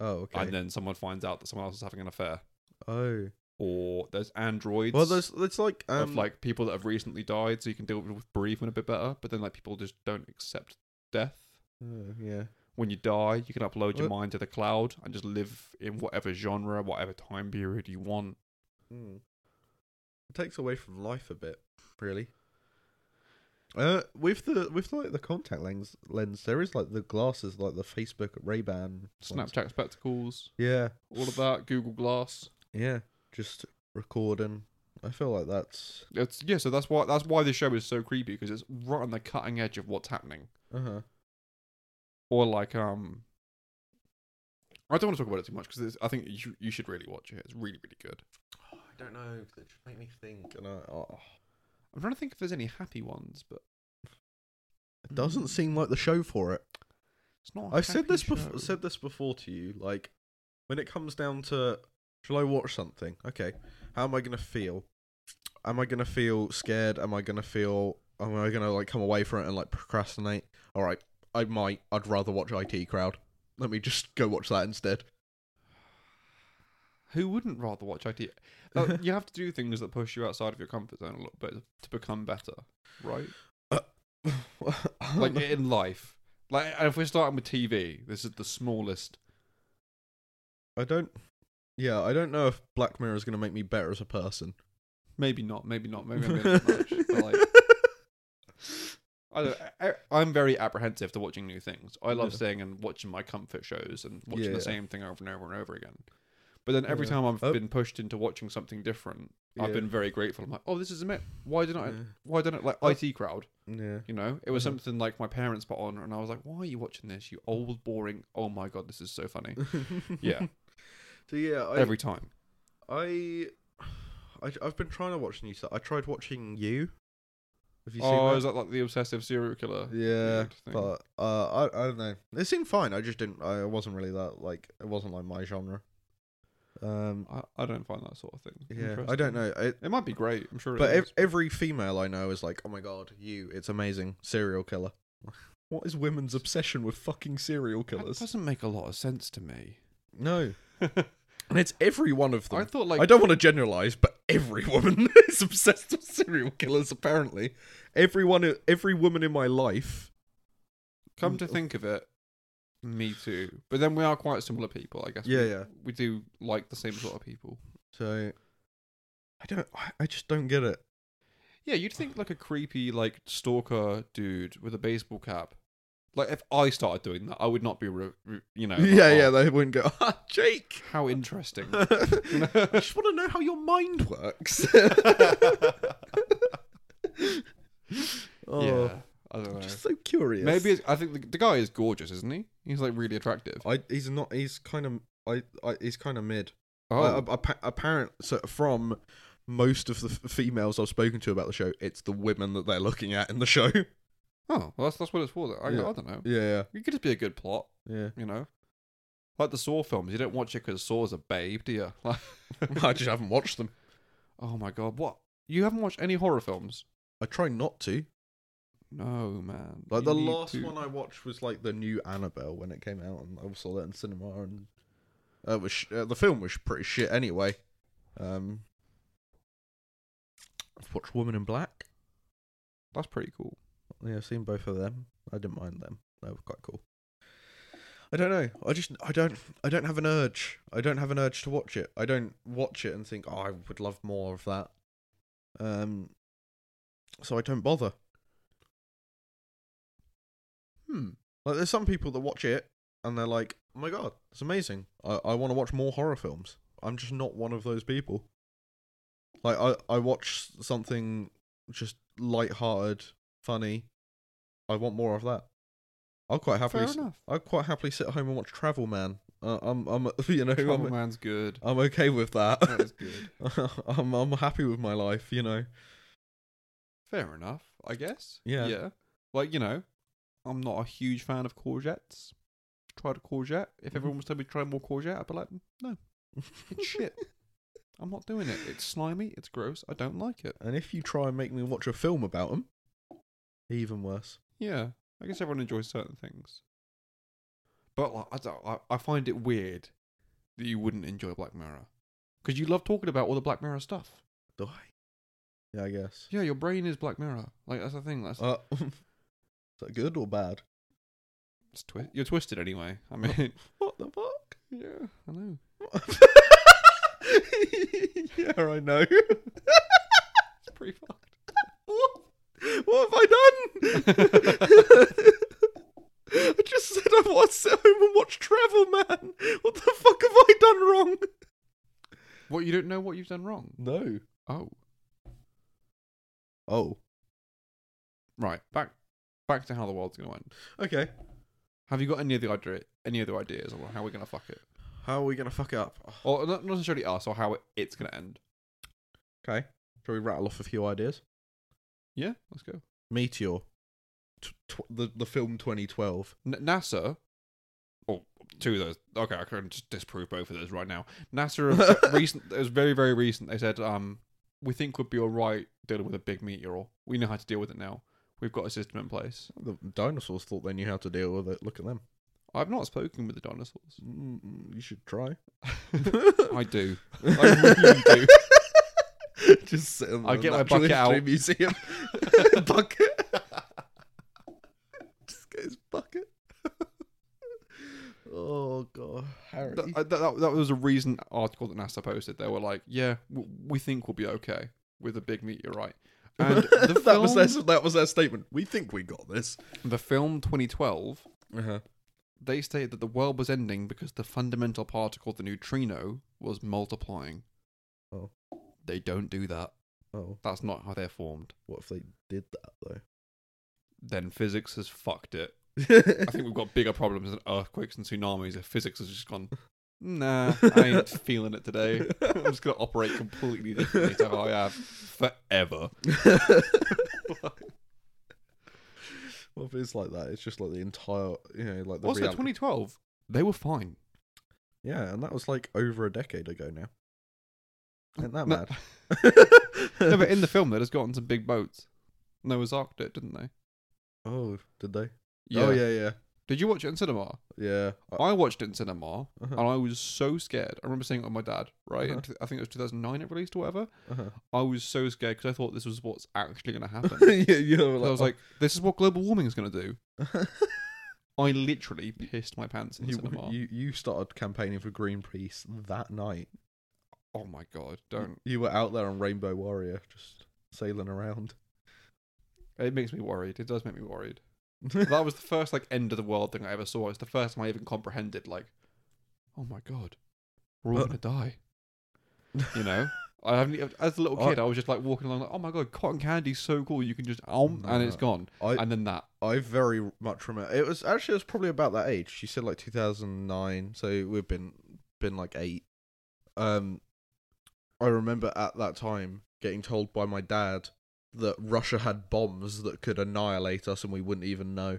A: Oh, okay.
B: and then someone finds out that someone else is having an affair.
A: oh,
B: Or there's androids
A: well, there's it's like um,
B: of like people that have recently died, so you can deal with bereavement a bit better. But then like people just don't accept death.
A: Oh, yeah,
B: When you die, you can upload your
A: Well-
B: mind to the cloud and just live in whatever genre, whatever time period you want.
A: Hmm. it takes away from life a bit, really. Uh, with the with like the contact lens lens, there is like the glasses, like the Facebook Ray Ban,
B: Snapchat spectacles,
A: Yeah,
B: all of that. Google Glass.
A: yeah, just recording. I feel like that's
B: It's yeah, so that's why that's why this show is so creepy because it's right on the cutting edge of what's happening.
A: uh huh.
B: Or like um, I don't want to talk about it too much because I think you you should really watch it. It's really really good.
A: I don't know. It just make me think, and I, oh,
B: I'm trying to think if there's any happy ones, but
A: it doesn't seem like the show for it.
B: It's not. a
A: I've said
B: happy
A: this before.
B: show.
A: Said this before to you. Like, when it comes down to, shall I watch something? Okay, how am I gonna feel? Am I gonna feel scared? Am I gonna feel? Am I gonna like come away from it and like procrastinate? All right, I might. I'd rather watch IT Crowd. Let me just go watch that instead.
B: Who wouldn't rather watch IT? Like, you have to do things that push you outside of your comfort zone a little bit to become better, right? Like in life. Like and if we're starting with TV, this is the smallest.
A: I don't. Yeah, I don't know if Black Mirror is gonna make me better as a person.
B: Maybe not. Maybe not. Maybe I'm being much. But like, I don't, I, I'm very apprehensive to watching new things. I love
A: Yeah.
B: staying and watching my comfort shows and watching
A: Yeah.
B: the same thing over and over and over again. But then every
A: Yeah.
B: time I've
A: Oh.
B: been pushed into watching something different, I've
A: Yeah.
B: been very grateful. I'm like, oh, this is amazing. Why didn't I?
A: Yeah.
B: Why didn't I like
A: Oh.
B: IT crowd?
A: Yeah.
B: You know, it was
A: Mhm.
B: something like my parents put on, and I was like, "Why are you watching this? You old, boring. Oh my god, this is so funny." Yeah.
A: So yeah, I,
B: Every time.
A: I, I I've been trying to watch new stuff. I tried watching you. Have you
B: Oh, is
A: seen
B: that like the obsessive serial killer?
A: that? Yeah,
B: weird thing?
A: but uh, I I don't know. It seemed fine. I just didn't. I wasn't really that like. It wasn't like my genre. Um.
B: I, I don't find that sort of thing.
A: Yeah. I don't
B: interesting.
A: know. It,
B: It might be great. I'm sure.
A: but
B: it
A: ev-
B: is.
A: every female I know is like, oh my god, you. It's amazing. Serial killer. What is women's obsession with fucking serial
B: That
A: killers?
B: doesn't make a lot of sense to me.
A: No.
B: I
A: And it's every one of them.
B: thought like
A: I don't want to generalize, but every woman is obsessed with serial killers. Apparently, everyone, every woman in my life.
B: come to think of it, me too. But then we are quite similar people, I guess.
A: Yeah,
B: we,
A: yeah.
B: We do like the same sort of people.
A: So, I don't. I, I just don't get it.
B: Yeah, you'd think like a creepy like stalker dude with a baseball cap. Like if I started doing that, I would not be, re- re- you know. like,
A: yeah, Oh.
B: oh,
A: yeah. They wouldn't go, ah, Jake.
B: How interesting.
A: I just want to know how your mind works. oh,
B: Yeah, I don't know.
A: just so curious.
B: Maybe it's, I think the, the guy is gorgeous, isn't he? He's like really attractive.
A: I. He's not. He's kind of. I, I. He's kind of mid.
B: Oh,
A: Uh, appa- apparent so from most of the f- females I've spoken to about the show, it's the women that they're looking at in the show. yeah,
B: oh, well, that's that's what it's for. Though. I,
A: Yeah.
B: I don't know.
A: yeah,
B: It could just be a good plot,
A: yeah.
B: you know. Like the Saw films, you don't watch it because Saw's a babe, do you? Like,
A: I just haven't watched them.
B: oh my god, what? You haven't watched any horror films?
A: I try not to.
B: No, man.
A: Like
B: You
A: the
B: need
A: last
B: to-
A: one I watched was like the new Annabelle when it came out, and I saw that in cinema, and uh, it was sh- uh, the film was pretty shit anyway. Um, I've watched Woman in Black.
B: That's pretty cool.
A: Yeah, I've seen both of them. I didn't mind them. They were quite cool. I don't know. I just I don't I don't have an urge. I don't have an urge to watch it. I don't watch it and think, oh, I would love more of that. Um so I don't bother.
B: Hmm.
A: Like there's some people that watch it and they're like, Oh my god, it's amazing. I, I want to watch more horror films. I'm just not one of those people. Like I, I watch something just light-hearted, funny. I want more of that. I'll quite happily
B: Fair
A: s-
B: enough.
A: I quite happily sit at home and watch Travel Man. Uh, I'm, I'm, you know,
B: Travel
A: I'm,
B: Man's good.
A: I'm okay with that.
B: That is good.
A: I'm, I'm happy with my life, you know.
B: Fair enough, I guess.
A: Yeah.
B: Yeah. Like, you know, I'm not a huge fan of courgettes. Tried a courgette. If everyone was telling me to try more courgette, I'd be like, no, it's shit. I'm not doing it. It's slimy. It's gross. I don't like it.
A: And if you try and make me watch a film about them, even worse.
B: Yeah. I guess everyone enjoys certain things. But like, I, don't, I, I find it weird that you wouldn't enjoy Black Mirror. Because you love talking about all the Black Mirror stuff.
A: Die. Yeah, I guess.
B: Yeah, your brain is Black Mirror. Like, that's the thing. That's,
A: Uh, is that good or bad?
B: it's twi- you're twisted anyway. I mean,
A: What the fuck?
B: yeah, I know.
A: yeah, I know.
B: It's pretty fucked.
A: what? What have I done? I just said I want to sit home and watch Travel Man. What the fuck have I done wrong?
B: What you don't know what you've done wrong.
A: No.
B: Oh,
A: Oh.
B: right. Back back to how the world's going to end.
A: Okay.
B: Have you got any other idea? Any other ideas on how we're going to fuck it,
A: How are we gonna fuck it up? Oh,
B: or not not necessarily us, or how it, it's going to end?
A: Okay. Shall we rattle off a few ideas?
B: Yeah, let's go.
A: Meteor. Tw- tw- the the film 2012.
B: N- NASA Oh, two of those. Okay, I can just disprove both of those right now. NASA have recent. It was very very recent. They said, um, we think we'd be all right dealing with a big meteor. We know how to deal with it now. We've got a system in place.
A: The dinosaurs thought they knew how to deal with it. Look at them.
B: I've not spoken with the dinosaurs.
A: Mm, you should try.
B: I do. I really do.
A: Just sit in
B: I
A: the
B: get my
A: Natural
B: bucket out.
A: History Museum. bucket. Just get his bucket. oh god, Harry.
B: Th- uh, That, that, that was a recent article that NASA posted. They were like, "Yeah, w- we think we'll be okay with a big meteorite." And the
A: that was
B: film,
A: their that was their statement. We think we got this.
B: the film 2012.
A: Uh-huh.
B: They stated that the world was ending because the fundamental particle, the neutrino, was multiplying.
A: Oh.
B: They don't do that.
A: Oh,
B: That's not how they're formed.
A: what if they did that
B: Then physics has fucked it.
A: though?
B: I think we've got bigger problems than earthquakes and tsunamis if physics has just gone, nah, I ain't feeling it today. I'm just going to operate completely differently to how I have forever.
A: Well, if it's like that, it's just like the entire, you know, like the
B: also,
A: reality-
B: 2012, they were fine.
A: Yeah, and that was like over a decade ago now. Ain't that
B: No.
A: mad?
B: No, but in the film, they'd just gotten some big boats. Noah's Ark did, didn't they?
A: oh, did they? Oh yeah, yeah,
B: Did you watch it in cinema?
A: yeah. I-
B: I watched it in cinema
A: Uh-huh.
B: and I was so scared. I remember seeing it with my dad, right?
A: Uh-huh.
B: And I think it was 2009 it released or whatever.
A: uh-huh.
B: I was so scared because I thought this was what's actually going to happen.
A: yeah, you know,
B: I was like, this is what global warming is going to do. I literally pissed my pants in the
A: you,
B: cinema.
A: you you started campaigning for Greenpeace that night.
B: oh my god, don't.
A: You were out there on Rainbow Warrior, just sailing around.
B: It makes me worried. It does make me worried. that was the first like end of the world thing I ever saw. It's the first time I even comprehended like, oh my god, we're all
A: Uh.
B: gonna die. You know, I haven't. e, As a little
A: I-
B: kid, I was just like walking along like, oh my god, cotton candy's so cool. You can just um, and it's
A: No.
B: gone.
A: I
B: and then that.
A: I very much remember. It was actually it was probably about that age. She said like 2009, so we've been been like eight. Um, I remember at that time getting told by my dad that Russia had bombs that could annihilate us and we wouldn't even know,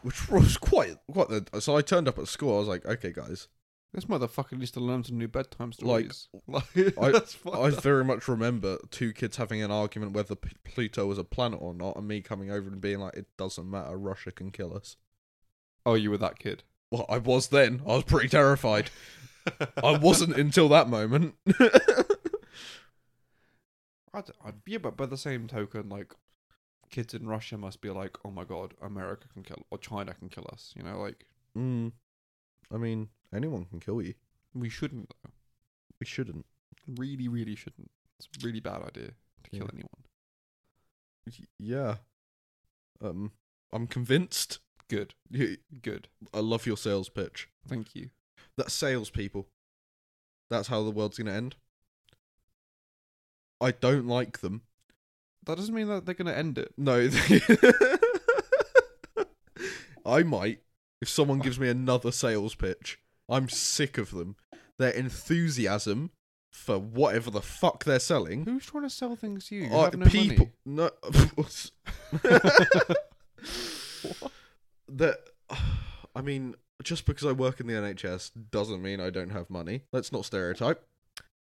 A: which was quite quite. The, so I turned up at school. I was like, okay, guys.
B: This motherfucker needs to learn some new bedtime
A: Like,
B: stories. Like, that's fucked
A: I
B: up.
A: very much remember two kids having an argument whether P- Pluto was a planet or not, and me coming over and being like, it doesn't matter. Russia can kill us.
B: Oh, you were that kid.
A: Well, I was then. I was pretty terrified. I wasn't until that moment.
B: I d- I- yeah, but by the same token, like kids in Russia must be like, oh my god, America can kill or China can kill us. You know, like
A: mm. I mean, anyone can kill you.
B: we shouldn't. though.
A: We shouldn't.
B: Really, really shouldn't. It's a really bad idea to kill
A: Yeah.
B: anyone.
A: Y- Yeah. Um, I'm convinced.
B: Good,
A: You,
B: good.
A: I love your sales pitch.
B: Thank you.
A: That's salespeople. That's how the world's gonna end. I don't like them.
B: That doesn't mean that they're gonna end it.
A: No. they- I might if someone gives me another sales pitch. I'm sick of them. Their enthusiasm for whatever the fuck they're selling.
B: Who's trying to sell things to you? You
A: are
B: have no
A: Oh, people, no. that I mean, just because I work in the NHS doesn't mean I don't have money. Let's not stereotype,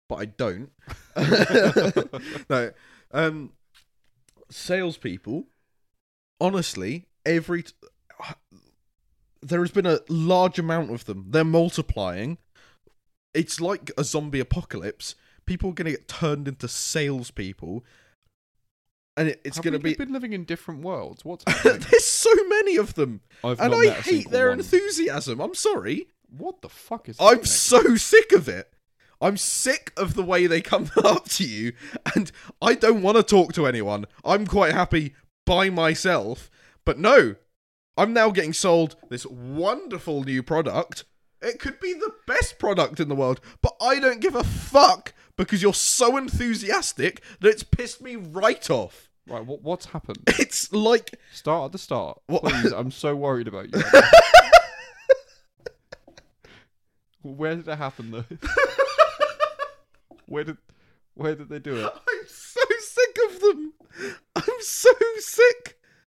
A: but I don't. no, um, salespeople. Honestly, every t- there has been a large amount of them. They're multiplying. It's like a zombie apocalypse. People are going to get turned into salespeople, and it, it's
B: Have
A: going to
B: we
A: be.
B: been living in different worlds. What's happening?
A: There's so many of them
B: I've
A: and
B: not
A: I
B: met a
A: hate
B: single
A: their
B: one.
A: enthusiasm. I'm sorry.
B: What the fuck is?
A: I'm
B: happening?
A: so sick of it. I'm sick of the way they come up to you, and I don't want to talk to anyone. I'm quite happy by myself. But no, I'm now getting sold this wonderful new product. It could be the best product in the world, but I don't give a fuck because you're so enthusiastic that it's pissed me right off.
B: right. What, what's happened?
A: It's like
B: Start at the start.
A: What-
B: Please, I'm so worried about you. where did it happen though? where did where did they do it?
A: I'm so sick of them. I'm so sick.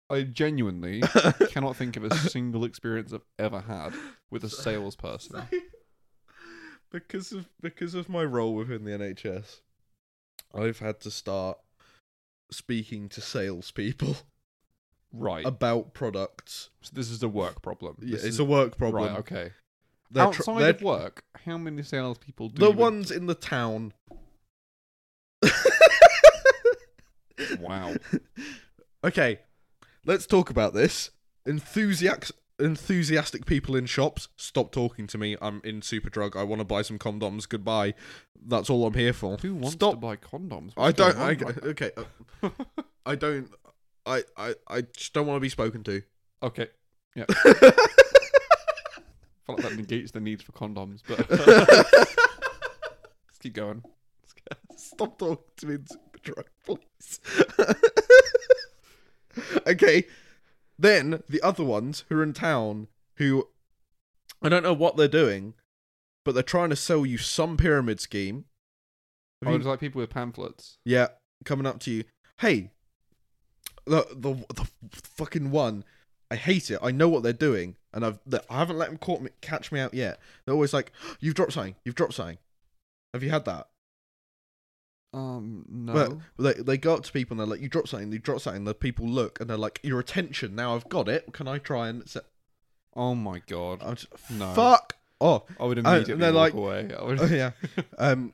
B: I genuinely cannot think of a single experience I've ever had with a salesperson.
A: because of because of my role within the NHS, I've had to start speaking to salespeople
B: Right.
A: about products.
B: So this is a work problem.
A: Yeah,
B: This
A: it's
B: is-
A: a work problem.
B: Right, okay.
A: They're tr-
B: Outside
A: they're-
B: of work, how many salespeople do
A: the
B: you en-
A: ones in the town.
B: Wow.
A: Okay, let's talk about this. Enthusiastic, enthusiastic people in shops, stop talking to me. I'm in Superdrug. I want to buy some condoms. Goodbye. That's all I'm here for.
B: Who wants
A: stop.
B: to buy condoms?
A: I
B: What's
A: don't. I,
B: going on right
A: okay, uh,
B: now?
A: I don't. I, I I just don't want to be spoken to.
B: okay. Yeah. I feel like that negates the need for condoms, but let's keep going.
A: Stop talking to me in Superdrug, please. okay. Then the other ones who are in town who I don't know what they're doing, but they're trying to sell you some pyramid scheme. Have
B: Oh,
A: you-
B: it's like people with pamphlets.
A: Yeah, coming up to you. Hey, the the the fucking one. I hate it. I know what they're doing, and I've that- I haven't let them caught me, catch me out yet. They're always like, "You've dropped something. You've dropped something. Have you had that?"
B: Um, no.
A: But they they go up to people and they're like, "You dropped something. You dropped something." The people look and they're like, "Your attention. Now I've got it. Can I try and?" Se-?
B: oh my god.
A: I'm just,
B: No.
A: Fuck off.
B: I would
A: I-
B: immediately
A: they're like-
B: walk away. I would,
A: Oh, yeah. Um,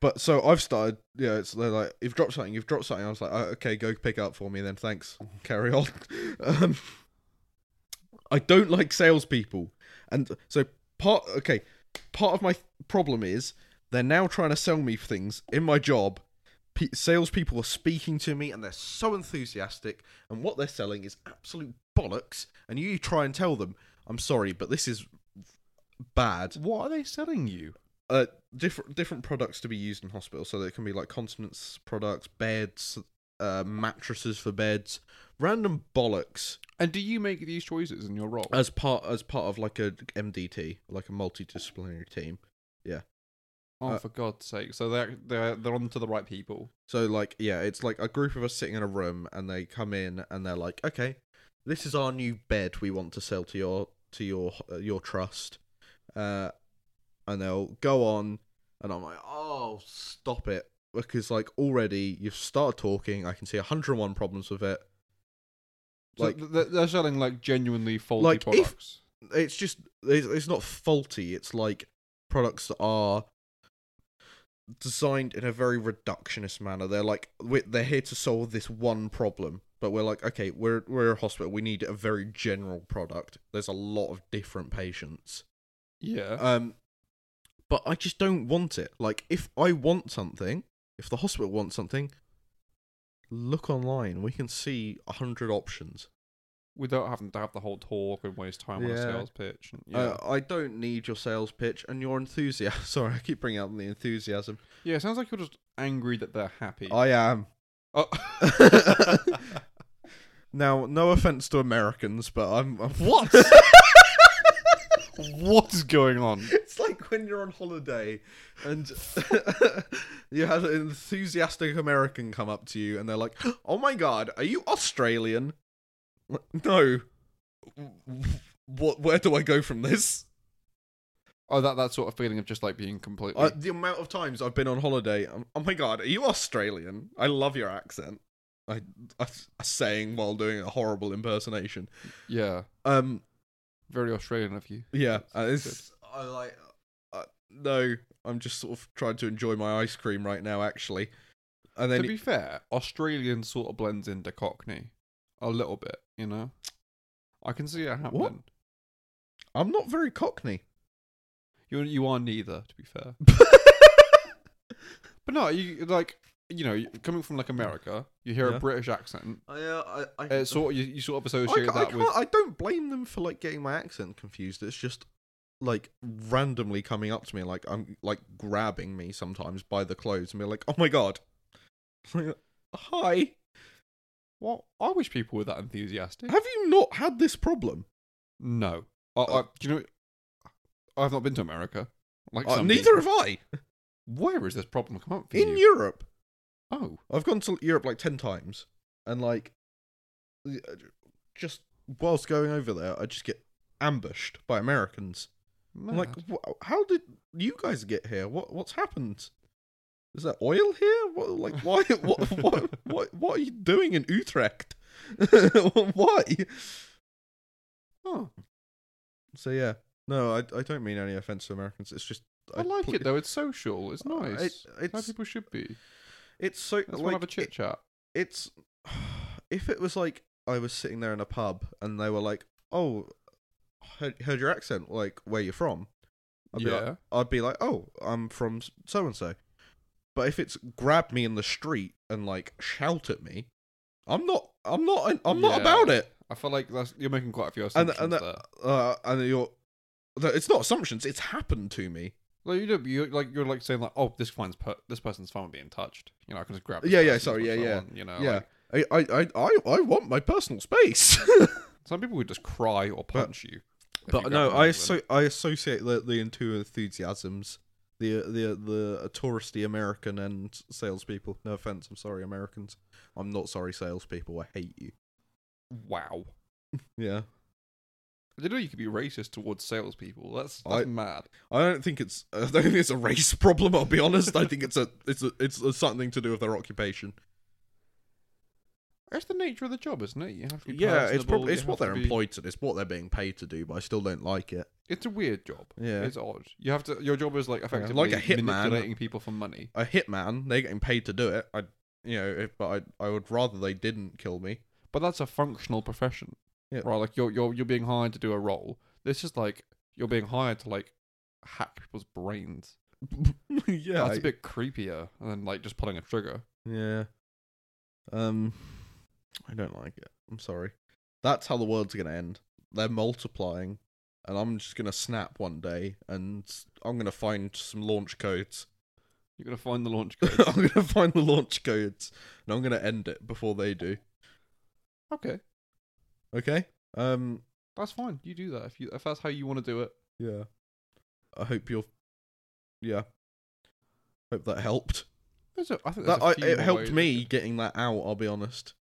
A: but so I've started. Yeah, it's they're like you've dropped something, you've dropped something. I was like, oh, okay, go pick it up for me then. Thanks. Carry on. Um, I don't like salespeople, and so part. Okay, part of my problem is they're now trying to sell me things in my job. Pe- salespeople are speaking to me, and they're so enthusiastic, and what they're selling is absolute bollocks. And you try and tell them, I'm sorry, but this is bad
B: What are they selling you?
A: uh different different products to be used in hospital so it can be like continence products beds uh mattresses for beds random bollocks
B: And do you make these choices in your role?
A: as part as part of like a mdt like a multidisciplinary team
B: oh,
A: uh,
B: for God's sake! So they're they're they're onto the right people.
A: so like yeah it's like a group of us sitting in a room and they come in and they're like okay this is our new bed we want to sell to your to your uh, your trust uh and they'll go on and i'm like oh stop it because like already you've started talking i can see 101 problems with it
B: So
A: Like-
B: like they're, they're selling like genuinely faulty
A: Like, if-
B: products.
A: it's just it's, it's not faulty it's like products that are designed in a very reductionist manner they're like we're, they're here to solve this one problem but we're like okay we're we're a hospital we need a very general product there's a lot of different patients
B: yeah.
A: um but i just don't want it like if i want something if the hospital wants something look online we can see a 100 options
B: without having to have the whole talk and waste time on
A: Yeah.
B: a sales pitch. And, yeah.
A: Uh, I don't need your sales pitch and your enthusiasm. Sorry, I keep bringing up the enthusiasm.
B: yeah, it sounds like you're just angry that they're happy.
A: I am.
B: oh.
A: Now, no offense to Americans, but I'm. I'm what?
B: what is going on?
A: it's like when you're on holiday and you had an enthusiastic American come up to you and they're like, oh my god, are you Australian? No. What? Where do I go from this?
B: Oh, that, that sort of feeling of just like being completely.
A: Uh, the amount of times I've been on holiday, um, oh my god, are you Australian? I love your accent. I, I saying while doing a horrible impersonation.
B: yeah,
A: Um,
B: very Australian of you.
A: yeah, uh, it's, I like. Uh, no, I'm just sort of trying to enjoy my ice cream right now, actually. And
B: To
A: then,
B: be fair, Australian sort of blends into Cockney a little bit, you know? I can see it happening.
A: What? I'm not very cockney.
B: You you are neither, to be fair. But no, you like you know coming from like America, you hear
A: Yeah.
B: a British accent.
A: I, uh, I, I,
B: It's sort of, you, you sort of
A: I,
B: associate
A: ca- I
B: that with
A: can't- I don't blame them for like getting my accent confused. It's just like randomly coming up to me, like I'm like grabbing me sometimes by the clothes and be like, "Oh my god, hi!
B: Well, I wish people were that enthusiastic.
A: Have you not had this problem?
B: No, I, I, do you know? I've not been to America. Like
A: Uh,
B: some
A: neither
B: people.
A: have I.
B: Where is this problem come up for
A: In
B: you?
A: Europe,
B: oh,
A: I've gone to Europe like ten times, and like uh, just whilst going over there, I just get ambushed by Americans. I'm like,
B: Mad.
A: "Wha- how did you guys get here? What what's happened? Is there oil here? What, like, why? What, what, what, what are you doing in Utrecht? why?
B: Oh,
A: So yeah, no, I, I don't mean any offense to Americans. It's just
B: I like
A: ple-
B: it though. It's social. It's nice.
A: Uh, It,
B: How
A: it's
B: people should be.
A: it's so
B: Let's
A: like
B: have a chit
A: it-
B: chat.
A: it's if it was like I was sitting there in a pub and they were like, "Oh, heard, heard your accent. Like, where you from?" I'd be
B: Yeah.
A: like, I'd be like, "Oh, I'm from so and so." But if it's grab me in the street and like shout at me, I'm not. I'm not. I'm not
B: Yeah.
A: about it.
B: I feel like that's you're making quite a few
A: And
B: assumptions
A: and
B: there.
A: that, uh, and you're. that- It's not assumptions. It's happened to me.
B: Like you don't, you're like you're like saying like, oh, this one's per- this person's fine with being touched. You know, I can just grab. This
A: Yeah, yeah,
B: person as
A: sorry,
B: much
A: yeah,
B: as I
A: yeah.
B: want, you know,
A: yeah,
B: Uh, like,
A: I, I, I, I, I want my personal space.
B: some people would just cry or punch you. if you
A: But
B: grab
A: no,
B: them
A: I
B: with them.
A: asso- I associate the the two enthusiasms, the the the uh, touristy American and salespeople. No offense, I'm sorry, Americans. I'm not sorry, salespeople. I hate you.
B: wow.
A: Yeah,
B: I didn't know you could be racist towards salespeople. That's
A: I-
B: that's mad.
A: I don't think it's I don't think it's a race problem. I'll be honest. I think it's a it's a, it's a, something to do with their occupation.
B: That's the nature of the job, isn't it? You have to be
A: Yeah, it's
B: personable,
A: probably it's
B: you
A: what
B: have
A: they're
B: to be-
A: employed to. It's what they're being paid to do. But I still don't like it.
B: It's a weird job.
A: Yeah.
B: It's odd. You have to. Your job is like effectively
A: like a hitman.
B: manipulating people for money.
A: A hitman, they're getting paid to do it. I you know, if, but I I would rather they didn't kill me.
B: But that's a functional profession,
A: Yeah.
B: right? Like you're you're you're being hired to do a role. This is like you're being hired to like hack people's brains.
A: yeah,
B: that's
A: I-
B: a bit creepier than like just pulling a trigger.
A: Yeah. Um, I don't like it. I'm sorry. That's how the world's gonna end. They're multiplying, and I'm just gonna snap one day, and I'm gonna find some launch codes.
B: You're gonna find the launch code.
A: I'm gonna find the launch codes, and I'm gonna end it before they do.
B: okay,
A: Okay. Um.
B: that's fine. You do that if you if that's how you want to do it.
A: Yeah. I hope you're. Yeah. Hope that helped.
B: There's a, I think there's
A: That
B: a
A: I,
B: few
A: it
B: more
A: helped
B: ways.
A: me getting that out. I'll be honest.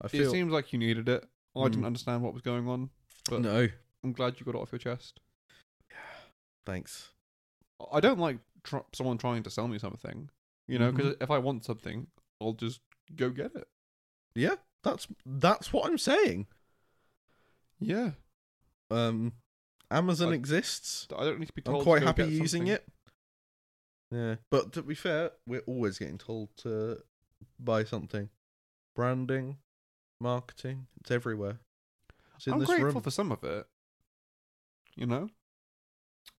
A: I
B: It
A: feel
B: seems like you needed it. I didn't
A: Mm.
B: understand what was going on. but-
A: no.
B: I'm glad you got it off your chest.
A: Thanks.
B: I don't like tr- someone trying to sell me something, you know,
A: Mm-hmm.
B: because if I want something, I'll just go get it.
A: Yeah. That's that's what I'm saying.
B: Yeah,
A: Um, Amazon
B: I-
A: exists.
B: I don't need to be told.
A: I'm
B: to
A: quite
B: go
A: happy
B: get
A: using
B: something.
A: it. Yeah, but to be fair, we're always getting told to buy something. Branding, marketing, it's everywhere. It's in
B: I'm
A: this
B: grateful
A: room.
B: for some of it. You know,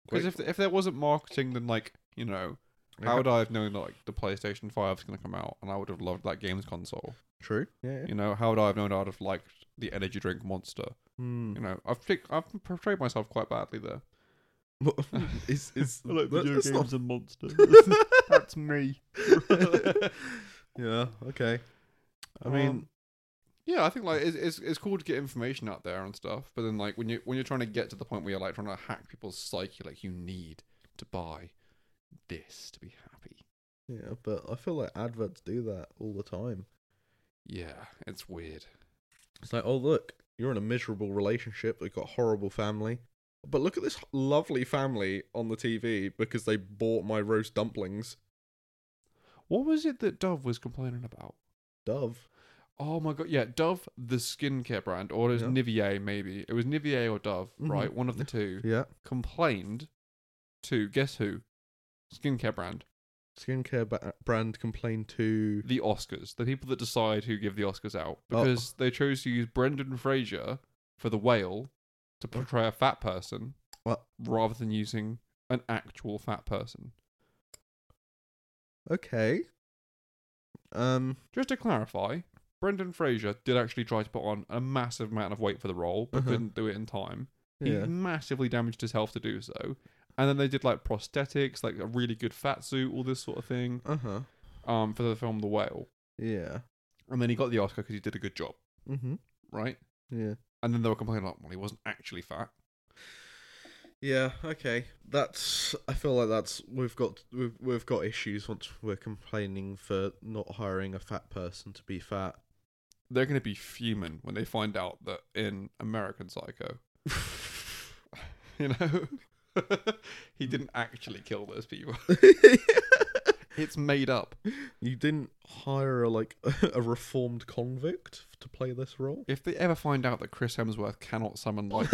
B: because
A: Great-
B: if if there wasn't marketing, then like you know, how would I have known that, like the PlayStation Five is going to come out, and I would have loved that games console.
A: True. Yeah. yeah.
B: You know, how would I have known I'd have liked the energy drink Monster?
A: Hmm.
B: You know, I've pick- I've portrayed myself quite badly there.
A: it's it's that- that's not-
B: and Monster.
A: That's
B: me.
A: yeah. Okay. I mean,
B: Uh-huh. Yeah, I think like it's, it's it's cool to get information out there and stuff, but then like when you when you're trying to get to the point where you're like trying to hack people's psyche, like you need to buy this to be happy.
A: yeah, but I feel like adverts do that all the time.
B: Yeah, it's weird.
A: It's like, oh look, you're in a miserable relationship. They've got horrible family, but look at this lovely family on the TV because they bought my roast dumplings.
B: What was it that Dove was complaining about?
A: Dove.
B: Oh my god, yeah, Dove, the skincare brand, or it was
A: Yeah.
B: Nivier maybe. It was Nivier or Dove,
A: Mhm.
B: right? One of the two
A: Yeah.
B: complained to guess who? Skincare brand,
A: Skincare ba- brand complained to.
B: the Oscars, the people that decide who give the Oscars out,
A: Oh.
B: because they chose to use Brendan Fraser for the whale to portray a fat person,
A: What?
B: rather than using an actual fat person.
A: Okay. Um.
B: Just to clarify, Brendan Fraser did actually try to put on a massive amount of weight for the role, but
A: Uh-huh.
B: couldn't do it in time.
A: Yeah.
B: He massively damaged his health to do so. And then they did like prosthetics, like a really good fat suit, all this sort of thing,
A: Uh huh.
B: um, for the film The Whale.
A: Yeah.
B: And then he got the Oscar because he did a good job,
A: Mhm.
B: right?
A: Yeah.
B: And then they were complaining, like, well, he wasn't actually fat.
A: Yeah. Okay. That's. I feel like that's. We've got. We've we've got issues once we're complaining for not hiring a fat person to be fat.
B: they're going to be fuming when they find out that in American Psycho, you know, he didn't actually kill those people. It's made up.
A: you didn't hire a, like a reformed convict to play this role.
B: If they ever find out that Chris Hemsworth cannot summon light,